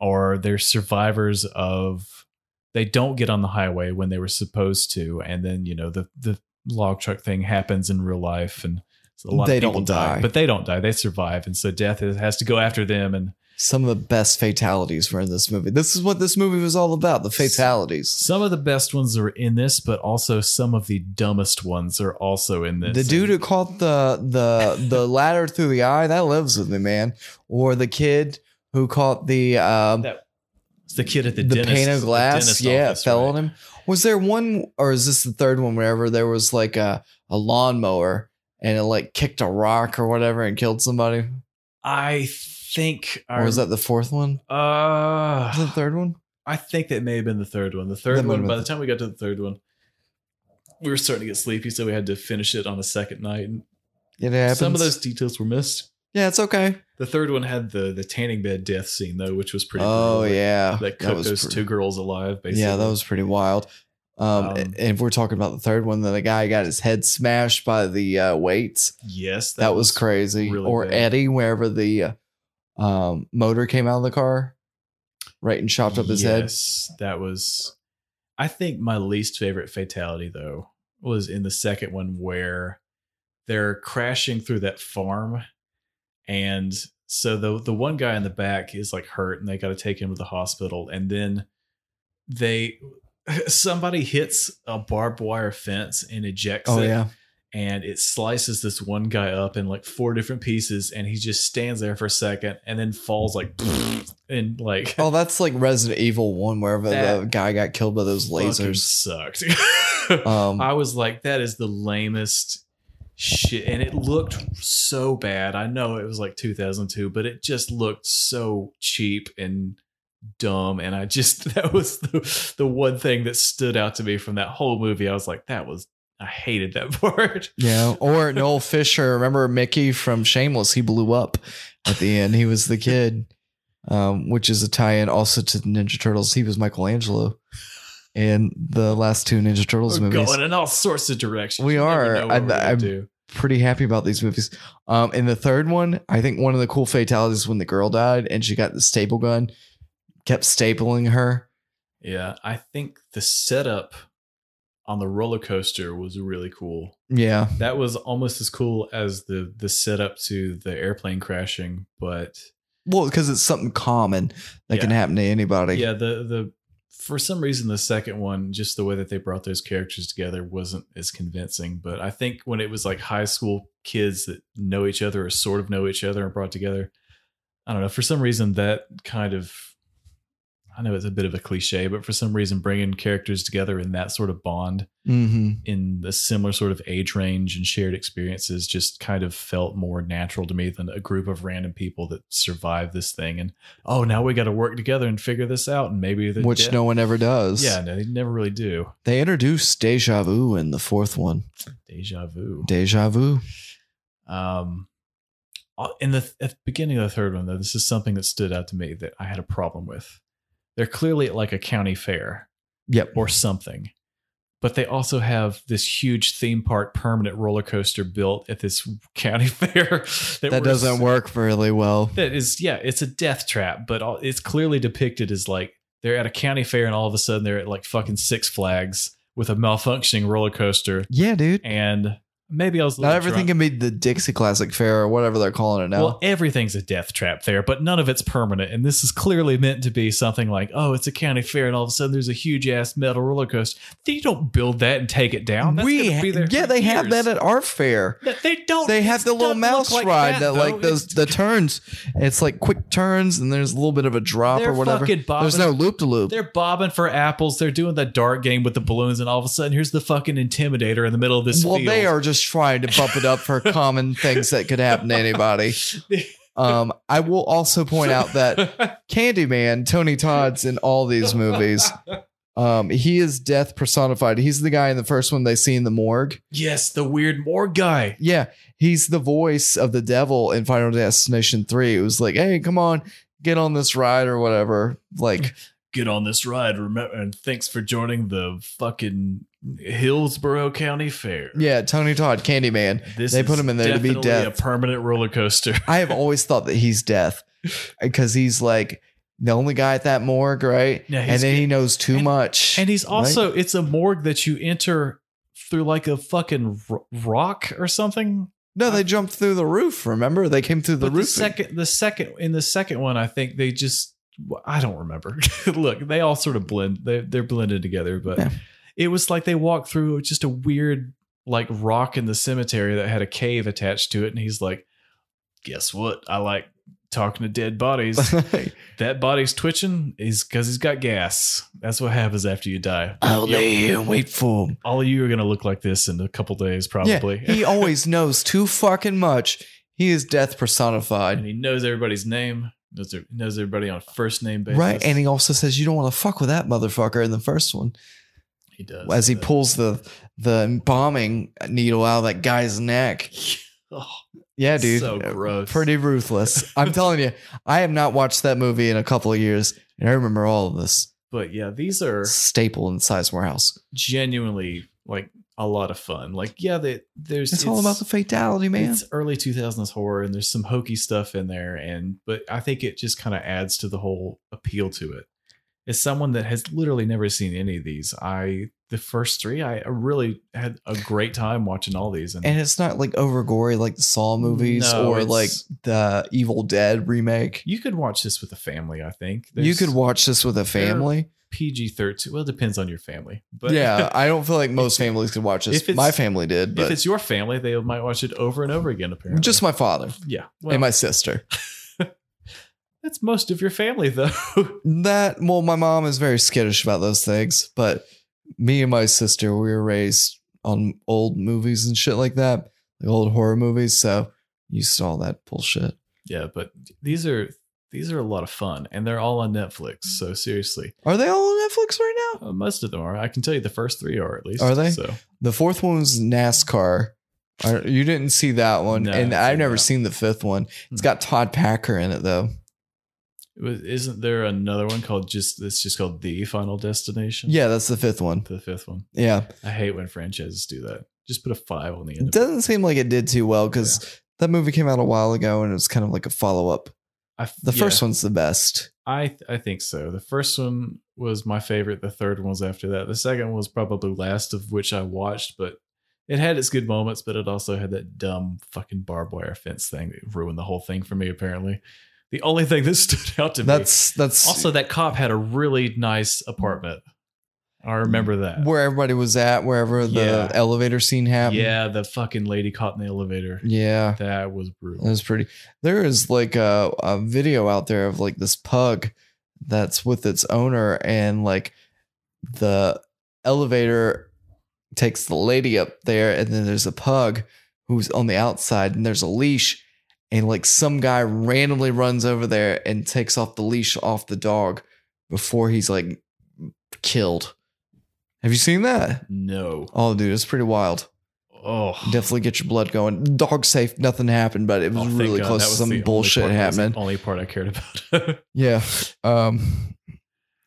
[SPEAKER 1] are they're survivors of they don't get on the highway when they were supposed to and then you know the the log truck thing happens in real life and So a lot
[SPEAKER 2] They
[SPEAKER 1] of people
[SPEAKER 2] don't die.
[SPEAKER 1] but they don't die. They survive, and so death is, has to go after them. And
[SPEAKER 2] Some of the best fatalities were in this movie. This is what this movie was all about the fatalities.
[SPEAKER 1] some of the best ones are in this, but also some of the dumbest ones are also in this.
[SPEAKER 2] The dude who caught the the
[SPEAKER 1] [laughs]
[SPEAKER 2] the ladder through the eye that lives with me, man. Or the kid who caught the um,
[SPEAKER 1] That- It's the kid at the,
[SPEAKER 2] the
[SPEAKER 1] dentist,
[SPEAKER 2] pane of
[SPEAKER 1] the
[SPEAKER 2] glass,
[SPEAKER 1] dentist
[SPEAKER 2] yeah, it
[SPEAKER 1] office,
[SPEAKER 2] fell
[SPEAKER 1] right?
[SPEAKER 2] on him. Was there one, or is this the third one? Wherever there was like a a lawnmower and it like kicked a rock or whatever and killed somebody.
[SPEAKER 1] I think.
[SPEAKER 2] Or was that the fourth one?
[SPEAKER 1] [sighs]
[SPEAKER 2] Was it the
[SPEAKER 1] Uh,
[SPEAKER 2] third one?
[SPEAKER 1] I think that may have been the third one. The third
[SPEAKER 2] That might
[SPEAKER 1] one.
[SPEAKER 2] have
[SPEAKER 1] By
[SPEAKER 2] been
[SPEAKER 1] the time we got to the third one, we were starting to get sleepy, so we had to finish it on a second night. And
[SPEAKER 2] It happens.
[SPEAKER 1] some of those details were missed.
[SPEAKER 2] Yeah, it's okay.
[SPEAKER 1] The third one had the the tanning bed death scene though, which was pretty.
[SPEAKER 2] Oh
[SPEAKER 1] brutal.
[SPEAKER 2] yeah,
[SPEAKER 1] that cooked those
[SPEAKER 2] pretty-
[SPEAKER 1] two girls alive. Basically,
[SPEAKER 2] Yeah, that was pretty wild. Um,
[SPEAKER 1] Um,
[SPEAKER 2] and if we're talking about the third one, then the guy got his head smashed by the uh, weights.
[SPEAKER 1] yes,
[SPEAKER 2] That, was, crazy.
[SPEAKER 1] really
[SPEAKER 2] or
[SPEAKER 1] bad.
[SPEAKER 2] Eddie, wherever the uh, um, motor came out of the car, right and chopped up his head.
[SPEAKER 1] Yes, that was. I think my least favorite fatality though was in the second one where they're crashing through that farm, and so the the one guy in the back is like hurt, and they got to take him to the hospital, and then they [laughs] somebody hits a barbed wire fence and ejects
[SPEAKER 2] Oh
[SPEAKER 1] it
[SPEAKER 2] yeah,
[SPEAKER 1] and it slices this one guy up in like four different pieces and he just stands there for a second and then falls like [laughs] and like
[SPEAKER 2] oh that's like Resident Evil One, wherever the
[SPEAKER 1] That
[SPEAKER 2] guy got killed by those
[SPEAKER 1] fucking
[SPEAKER 2] lasers.
[SPEAKER 1] sucked [laughs]
[SPEAKER 2] Um,
[SPEAKER 1] i was like that is the lamest shit and it looked so bad i know it was like 2002 but it just looked so cheap and dumb and i just [laughs] that was the, the one thing that stood out to me from that whole movie i was like that was i hated that [laughs] part
[SPEAKER 2] yeah, or Noel Fisher. Remember Mickey from Shameless? He blew up at the end. He was the kid, um, which is a tie-in also to the Ninja Turtles. He was Michelangelo in the last two Ninja Turtles
[SPEAKER 1] We're
[SPEAKER 2] movies.
[SPEAKER 1] going in all sorts of directions.
[SPEAKER 2] We
[SPEAKER 1] You never
[SPEAKER 2] are.
[SPEAKER 1] know what
[SPEAKER 2] I-
[SPEAKER 1] we're gonna
[SPEAKER 2] I'm-
[SPEAKER 1] do.
[SPEAKER 2] Pretty happy about these movies. Um, in the third one, I think one of the cool fatalities is when the girl died and she got the staple gun, kept stapling her.
[SPEAKER 1] Yeah, I think the setup on the roller coaster was really cool.
[SPEAKER 2] Yeah,
[SPEAKER 1] That was almost as cool as the the setup to the airplane crashing, but
[SPEAKER 2] well, because it's something common that can
[SPEAKER 1] Yeah.
[SPEAKER 2] happen to anybody.
[SPEAKER 1] yeah, the the for some reason the second one, just the way that they brought those characters together wasn't as convincing. But I think when it was like high school kids that know each other or sort of know each other and brought together, I don't know. For some reason, that kind of I know it's a bit of a cliche, but for some reason, bringing characters together in that sort of bond
[SPEAKER 2] hmm
[SPEAKER 1] in a similar sort of age range and shared experiences just kind of felt more natural to me than a group of random people that survived this thing and oh now we got to work together and figure this out and maybe the
[SPEAKER 2] which
[SPEAKER 1] de-
[SPEAKER 2] no one ever does.
[SPEAKER 1] yeah no they never really do
[SPEAKER 2] They introduced deja vu in the fourth one.
[SPEAKER 1] deja vu
[SPEAKER 2] Deja vu.
[SPEAKER 1] um uh, in the, at the beginning of the third one though this is something that stood out to me that i had a problem with they're clearly at like a county fair
[SPEAKER 2] Yep.
[SPEAKER 1] or something. But they also have this huge theme park permanent roller coaster built at this county [laughs] fair. That,
[SPEAKER 2] That
[SPEAKER 1] we're-
[SPEAKER 2] doesn't work really well.
[SPEAKER 1] That is, yeah, it's a death trap, but all, it's clearly depicted as like they're at a county fair and all of a sudden they're at like fucking Six Flags with a malfunctioning roller coaster.
[SPEAKER 2] Yeah, dude.
[SPEAKER 1] And maybe I was a
[SPEAKER 2] Not
[SPEAKER 1] little
[SPEAKER 2] everything
[SPEAKER 1] drunk.
[SPEAKER 2] can be the Dixie Classic Fair or whatever they're calling it now.
[SPEAKER 1] Well, everything's a death trap there, but none of it's permanent. And this is clearly meant to be something like, oh, it's a county fair, and all of a sudden there's a huge ass metal roller coaster. You don't build that and take it down. That's
[SPEAKER 2] we
[SPEAKER 1] gonna be there
[SPEAKER 2] yeah,
[SPEAKER 1] for
[SPEAKER 2] they have
[SPEAKER 1] years.
[SPEAKER 2] that at our fair.
[SPEAKER 1] Th- They don't.
[SPEAKER 2] They have
[SPEAKER 1] it
[SPEAKER 2] the little
[SPEAKER 1] doesn't
[SPEAKER 2] mouse
[SPEAKER 1] look like
[SPEAKER 2] ride that,
[SPEAKER 1] though.
[SPEAKER 2] like those
[SPEAKER 1] It's-
[SPEAKER 2] the turns. It's like quick turns and there's a little bit of a drop
[SPEAKER 1] They're
[SPEAKER 2] or whatever.
[SPEAKER 1] fucking bobbing.
[SPEAKER 2] There's no loop to loop.
[SPEAKER 1] They're bobbing for apples. They're doing the dart game with the balloons, and all of a sudden, here's the fucking intimidator in the middle of this.
[SPEAKER 2] Well,
[SPEAKER 1] field.
[SPEAKER 2] they are just trying to bump it
[SPEAKER 1] [laughs]
[SPEAKER 2] up for common things that could happen to anybody. Um, I will also point out that
[SPEAKER 1] [laughs]
[SPEAKER 2] Candyman, Tony Todd's in all these movies. Um, he is death personified. He's the guy in the first one they see in the morgue.
[SPEAKER 1] yes, the weird morgue guy.
[SPEAKER 2] Yeah, he's the voice of the devil in Final Destination 3. It was like, hey, come on, get on this ride or whatever.
[SPEAKER 1] [laughs]
[SPEAKER 2] Like,
[SPEAKER 1] Get on this ride, remember, and thanks for joining the fucking Hillsborough County Fair.
[SPEAKER 2] yeah, Tony Todd, Candyman.
[SPEAKER 1] This
[SPEAKER 2] They put
[SPEAKER 1] is
[SPEAKER 2] him in there to be
[SPEAKER 1] definitely
[SPEAKER 2] death.
[SPEAKER 1] A permanent roller coaster.
[SPEAKER 2] I have always thought that he's death because he's like the only guy at that morgue, right?
[SPEAKER 1] Yeah, he's
[SPEAKER 2] and then he
[SPEAKER 1] good.
[SPEAKER 2] knows too
[SPEAKER 1] [laughs]
[SPEAKER 2] much.
[SPEAKER 1] And he's
[SPEAKER 2] right?
[SPEAKER 1] also it's a morgue that you enter through like a fucking ro- rock or something.
[SPEAKER 2] No, they jumped through the roof. Remember, they came through the
[SPEAKER 1] uh, But
[SPEAKER 2] roof.
[SPEAKER 1] second, the second in the second one, I think they just I don't remember. [laughs] Look, they all sort of blend. They they're blended together, but
[SPEAKER 2] Yeah.
[SPEAKER 1] it was like they walked through just a weird like rock in the cemetery that had a cave attached to it, and he's like, "Guess what? I like talking to dead bodies.
[SPEAKER 2] [laughs]
[SPEAKER 1] that body's twitching is because he's got gas. That's what happens after you die.
[SPEAKER 2] I'll
[SPEAKER 1] Yep.
[SPEAKER 2] lay here and wait for him.
[SPEAKER 1] All of you are gonna look like this in a couple days, probably." [laughs]
[SPEAKER 2] Yeah, he always knows too fucking much. He is death personified.
[SPEAKER 1] and he knows everybody's name. Knows, their, knows everybody on a first name basis.
[SPEAKER 2] Right. And he also says, You don't want to fuck with that motherfucker in the first one.
[SPEAKER 1] he does
[SPEAKER 2] As he
[SPEAKER 1] But-
[SPEAKER 2] pulls the the bombing needle out of that guy's neck.
[SPEAKER 1] Oh.
[SPEAKER 2] Yeah, dude.
[SPEAKER 1] So gross. [laughs]
[SPEAKER 2] Pretty ruthless. I'm telling you, I have not watched that movie in a couple of years. And I remember all of this
[SPEAKER 1] But yeah, these are
[SPEAKER 2] staple in Size Warehouse.
[SPEAKER 1] genuinely like a lot of fun. Like, yeah, they, there's
[SPEAKER 2] It's, all about the fatality, man.
[SPEAKER 1] It's early 2000s horror, and there's some hokey stuff in there, and but I think it just kind of adds to the whole appeal to it. As someone that has literally never seen any of these, I the first three, I really had a great time watching all these, and,
[SPEAKER 2] And it's not like over gory like the Saw movies
[SPEAKER 1] No,
[SPEAKER 2] or
[SPEAKER 1] it's-
[SPEAKER 2] like the Evil Dead remake.
[SPEAKER 1] you could watch this with a family. I think
[SPEAKER 2] you
[SPEAKER 1] There's
[SPEAKER 2] could watch this with a family.
[SPEAKER 1] PG 13. Well, it depends on your family, but [laughs]
[SPEAKER 2] yeah, I don't feel like most families could watch
[SPEAKER 1] If
[SPEAKER 2] this.
[SPEAKER 1] it's-
[SPEAKER 2] My family did,
[SPEAKER 1] if
[SPEAKER 2] but
[SPEAKER 1] it's your family, they might watch it over and over again. Apparently,
[SPEAKER 2] just my father
[SPEAKER 1] yeah.
[SPEAKER 2] and my sister.
[SPEAKER 1] That's most of your family, though. [laughs]
[SPEAKER 2] That well, my mom is very skittish about those things, but me and my sister we were raised on old movies and shit like that, like old horror movies. So you saw that bullshit.
[SPEAKER 1] yeah, but these are these are a lot of fun, and they're all on Netflix. So seriously,
[SPEAKER 2] Are they all on Netflix right now?
[SPEAKER 1] uh, most of them are. I can tell you the first three are at least.
[SPEAKER 2] Are they?
[SPEAKER 1] So
[SPEAKER 2] The fourth one was NASCAR. I- you didn't see that one,
[SPEAKER 1] No, I
[SPEAKER 2] and
[SPEAKER 1] didn't see
[SPEAKER 2] I've never
[SPEAKER 1] that.
[SPEAKER 2] seen the fifth one. It's
[SPEAKER 1] Hmm.
[SPEAKER 2] got Todd Packer in it though.
[SPEAKER 1] It was- isn't there another one called just? It's just called the Final Destination.
[SPEAKER 2] Yeah, that's the fifth one.
[SPEAKER 1] the fifth one.
[SPEAKER 2] Yeah.
[SPEAKER 1] I hate when franchises do that. Just put a five on the end.
[SPEAKER 2] It
[SPEAKER 1] of it.
[SPEAKER 2] doesn't seem like it did too well because that movie came out a while ago and it was kind of like a follow up.
[SPEAKER 1] I,
[SPEAKER 2] The
[SPEAKER 1] yeah,
[SPEAKER 2] first one's the best.
[SPEAKER 1] I th- I think so. The first one was my favorite. The third one was after that. The second one was probably last of which I watched, but it had its good moments, but it also had that dumb fucking barbed wire fence thing that ruined the whole thing for me. Apparently, the only thing that [laughs] stood out to
[SPEAKER 2] That's that's
[SPEAKER 1] me. Also, that cop had a really nice apartment. I remember that.
[SPEAKER 2] where everybody was at, wherever the
[SPEAKER 1] Yeah.
[SPEAKER 2] elevator scene happened.
[SPEAKER 1] yeah, the fucking lady caught in the elevator.
[SPEAKER 2] Yeah. Mm.
[SPEAKER 1] That was brutal.
[SPEAKER 2] That was pretty. There is like a, a video out there of like this pug that's with its owner, and like the elevator takes the lady up there, and then there's a pug who's on the outside, and there's a leash, and like some guy randomly runs over there and takes off the leash off the dog before he's like killed. Have you seen that?
[SPEAKER 1] no.
[SPEAKER 2] Oh, dude, it's pretty wild.
[SPEAKER 1] Oh,
[SPEAKER 2] Definitely get your blood going. Dog safe, nothing happened, but it
[SPEAKER 1] Oh,
[SPEAKER 2] was
[SPEAKER 1] thank
[SPEAKER 2] really
[SPEAKER 1] God.
[SPEAKER 2] close
[SPEAKER 1] That
[SPEAKER 2] to
[SPEAKER 1] was the
[SPEAKER 2] some
[SPEAKER 1] only
[SPEAKER 2] bullshit
[SPEAKER 1] part- that was the
[SPEAKER 2] happening.
[SPEAKER 1] Only part I cared about. [laughs]
[SPEAKER 2] Yeah. Um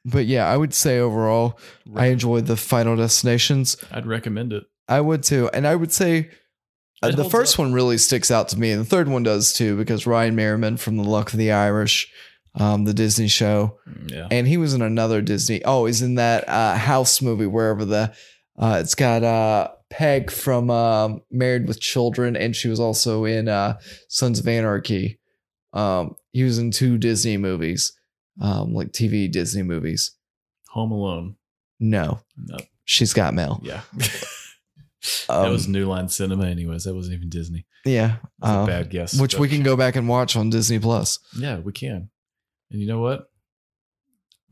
[SPEAKER 2] but yeah, I would say overall I enjoyed the final destinations.
[SPEAKER 1] I'd recommend it.
[SPEAKER 2] I would too. And I would say uh,
[SPEAKER 1] It
[SPEAKER 2] the
[SPEAKER 1] holds
[SPEAKER 2] first
[SPEAKER 1] up.
[SPEAKER 2] one really sticks out to me and the third one does too because Ryan Merriman from The Luck of the Irish, um the Disney show,
[SPEAKER 1] Yeah.
[SPEAKER 2] and he was in another Disney. Oh, he's in that uh house movie wherever the uh it's got uh Peg from um Married with Children and she was also in uh Sons of Anarchy. Um, he was in two Disney movies, um, like TV Disney movies.
[SPEAKER 1] Home Alone.
[SPEAKER 2] No,
[SPEAKER 1] No.
[SPEAKER 2] she's got mail.
[SPEAKER 1] Yeah. [laughs] that
[SPEAKER 2] Um,
[SPEAKER 1] was New Line Cinema, anyways. That wasn't even Disney.
[SPEAKER 2] Yeah,
[SPEAKER 1] That's
[SPEAKER 2] um,
[SPEAKER 1] a bad guess.
[SPEAKER 2] which
[SPEAKER 1] but-
[SPEAKER 2] we can go back and watch on Disney Plus.
[SPEAKER 1] Yeah, we can. And you know what?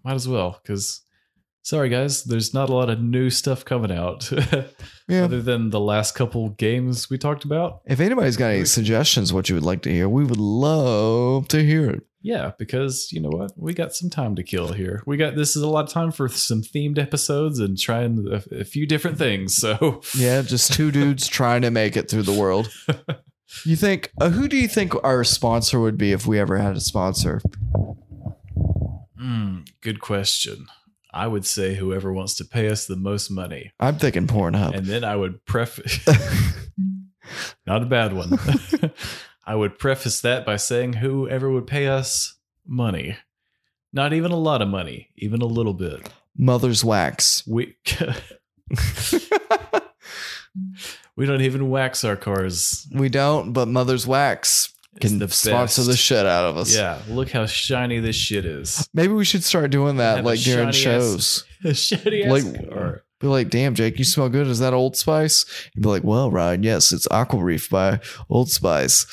[SPEAKER 1] Might as well, because sorry guys, there's not a lot of new stuff coming out. [laughs]
[SPEAKER 2] Yeah.
[SPEAKER 1] Other than the last couple games we talked about.
[SPEAKER 2] If anybody's got any suggestions, what you would like to hear, we would love to hear it.
[SPEAKER 1] Yeah, because you know what? We got some time to kill here. We got this is a lot of time for some themed episodes and trying a, a few different things. [laughs] So
[SPEAKER 2] Yeah, just two dudes trying to make it through the
[SPEAKER 1] [laughs]
[SPEAKER 2] world. You think uh, who do you think our sponsor would be if we ever had a sponsor?
[SPEAKER 1] Mm, good question. I would say whoever wants to pay us the most money.
[SPEAKER 2] I'm thinking Pornhub.
[SPEAKER 1] And then I would preface, [laughs] not a bad one. [laughs] I would preface that by saying whoever would pay us money, not even a lot of money, even a little bit.
[SPEAKER 2] Mother's Wax.
[SPEAKER 1] We [laughs] We don't even wax our cars.
[SPEAKER 2] We don't, but Mother's Wax
[SPEAKER 1] It's
[SPEAKER 2] can
[SPEAKER 1] the
[SPEAKER 2] sponsor
[SPEAKER 1] best.
[SPEAKER 2] the shit out of us.
[SPEAKER 1] Yeah, look how shiny this shit is. [laughs]
[SPEAKER 2] Maybe we should start doing that
[SPEAKER 1] Have a
[SPEAKER 2] like during
[SPEAKER 1] shiny ass-
[SPEAKER 2] shows.
[SPEAKER 1] shiny ass
[SPEAKER 2] Like-
[SPEAKER 1] car.
[SPEAKER 2] Be like, damn, Jake, you smell good. Is that Old Spice? You'd be like, well, Ryan, yes, it's Aqua Reef by Old Spice.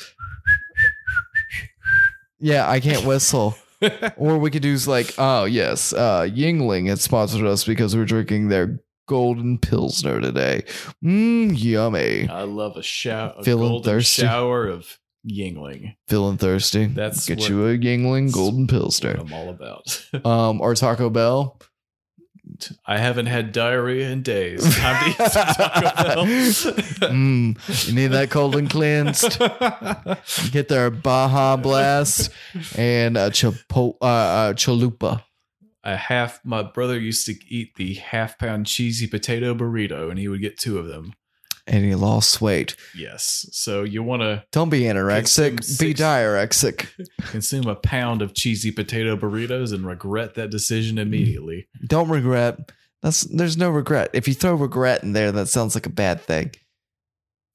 [SPEAKER 2] yeah, I can't whistle.
[SPEAKER 1] [laughs]
[SPEAKER 2] or we could do like, oh, yes, uh, Yingling had sponsored us because we're drinking their golden pilsner today. Mmm, yummy.
[SPEAKER 1] I love a shower, a
[SPEAKER 2] Feeling
[SPEAKER 1] golden
[SPEAKER 2] thirsty.
[SPEAKER 1] shower of Yingling.
[SPEAKER 2] Feeling thirsty.
[SPEAKER 1] That's
[SPEAKER 2] Get
[SPEAKER 1] what-
[SPEAKER 2] you a Yingling golden
[SPEAKER 1] What
[SPEAKER 2] pilsner.
[SPEAKER 1] I'm all about. [laughs]
[SPEAKER 2] Um, or Taco Bell.
[SPEAKER 1] I haven't had diarrhea in days. Time to eat some Taco
[SPEAKER 2] Mmm, you need that cold and cleansed.
[SPEAKER 1] [laughs]
[SPEAKER 2] [laughs]
[SPEAKER 1] Bell.
[SPEAKER 2] get their Baja Blast and a Chipo- uh, uh, Chalupa.
[SPEAKER 1] a half. My brother used to eat the half pound cheesy potato burrito, and he would get two of them.
[SPEAKER 2] And he lost weight.
[SPEAKER 1] Yes. So you want to
[SPEAKER 2] Don't be anorexic.
[SPEAKER 1] Consume
[SPEAKER 2] Be
[SPEAKER 1] six-
[SPEAKER 2] diurexic.
[SPEAKER 1] consume a pound of cheesy potato burritos and regret that decision immediately.
[SPEAKER 2] Don't regret. That's there's no regret. If you throw regret in there, that sounds like a bad thing.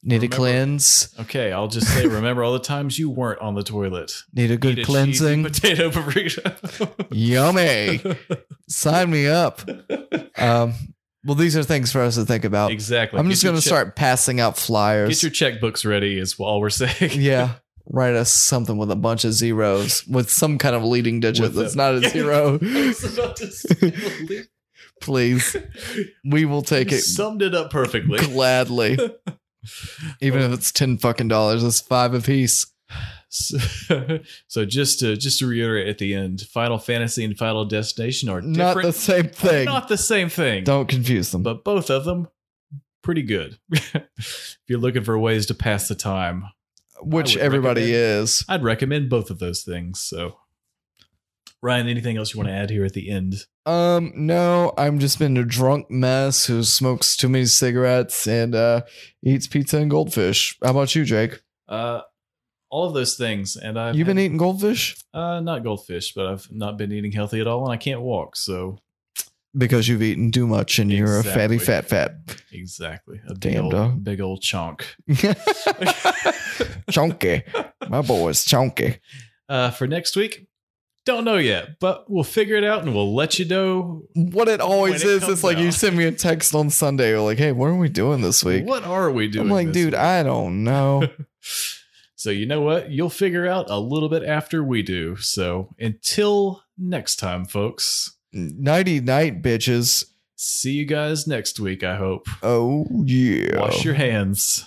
[SPEAKER 2] Need
[SPEAKER 1] Remember-
[SPEAKER 2] a cleanse.
[SPEAKER 1] Okay, I'll just
[SPEAKER 2] [laughs]
[SPEAKER 1] say, remember all the times you weren't on the toilet.
[SPEAKER 2] Need a good
[SPEAKER 1] Eat a cheesy
[SPEAKER 2] cleansing.
[SPEAKER 1] potato [laughs] burrito.
[SPEAKER 2] Yummy.
[SPEAKER 1] [laughs]
[SPEAKER 2] Sign me up. Um, well, these are things for us to think about.
[SPEAKER 1] exactly.
[SPEAKER 2] Oh, I'm
[SPEAKER 1] Get
[SPEAKER 2] just
[SPEAKER 1] your
[SPEAKER 2] going to
[SPEAKER 1] check-
[SPEAKER 2] start passing out flyers.
[SPEAKER 1] Get your checkbooks ready. Is all we're [laughs] saying.
[SPEAKER 2] yeah. Write us something with a bunch of zeros with some kind of leading digit
[SPEAKER 1] With a-
[SPEAKER 2] that's not
[SPEAKER 1] [laughs]
[SPEAKER 2] a zero.
[SPEAKER 1] I was about to
[SPEAKER 2] [laughs]
[SPEAKER 1] say,
[SPEAKER 2] please. We will take
[SPEAKER 1] you
[SPEAKER 2] it
[SPEAKER 1] Summed it up
[SPEAKER 2] [laughs]
[SPEAKER 1] perfectly. [laughs]
[SPEAKER 2] gladly. Even if it's ten fucking dollars, it's five apiece.
[SPEAKER 1] So, so [laughs] just to just to reiterate at the end, Final Fantasy and Final Destination are different,
[SPEAKER 2] Not
[SPEAKER 1] [laughs]
[SPEAKER 2] the same thing.
[SPEAKER 1] not the same thing,
[SPEAKER 2] Don't confuse them.
[SPEAKER 1] but both of them pretty good. [laughs] if you're looking for ways to pass the time,
[SPEAKER 2] Which
[SPEAKER 1] would
[SPEAKER 2] everybody
[SPEAKER 1] recommend-
[SPEAKER 2] is.
[SPEAKER 1] I'd recommend both of those things. So, Ryan, anything else you want to add here at the end?
[SPEAKER 2] Um, no, I'm just been a drunk mess who smokes too many cigarettes and uh eats pizza and goldfish. How about you, Jake?
[SPEAKER 1] Uh, all of those things, and I've
[SPEAKER 2] You've been
[SPEAKER 1] had-
[SPEAKER 2] eating goldfish?
[SPEAKER 1] uh, not goldfish, but I've not been eating healthy at all, and I can't walk. So
[SPEAKER 2] Because you've eaten too much and you're a fatty fat
[SPEAKER 1] Exactly.
[SPEAKER 2] fat.
[SPEAKER 1] exactly, a big
[SPEAKER 2] Damn,
[SPEAKER 1] old,
[SPEAKER 2] dog.
[SPEAKER 1] big old chunk.
[SPEAKER 2] [laughs]
[SPEAKER 1] [laughs]
[SPEAKER 2] chunky. My boy's chunky.
[SPEAKER 1] uh, for next week? Don't know yet, but we'll figure it out and we'll let you know.
[SPEAKER 2] What it always
[SPEAKER 1] When it
[SPEAKER 2] is,
[SPEAKER 1] comes
[SPEAKER 2] it's like you
[SPEAKER 1] out.
[SPEAKER 2] send me a text on Sunday, or like, hey, what are we doing this week?
[SPEAKER 1] What are we doing?
[SPEAKER 2] I'm like,
[SPEAKER 1] this
[SPEAKER 2] dude,
[SPEAKER 1] week?
[SPEAKER 2] I don't
[SPEAKER 1] [laughs]
[SPEAKER 2] know.
[SPEAKER 1] so you know what? You'll figure out a little bit after we do. So until next time, folks.
[SPEAKER 2] Nighty night, bitches.
[SPEAKER 1] See you guys next week. I hope.
[SPEAKER 2] Oh yeah.
[SPEAKER 1] Wash your hands.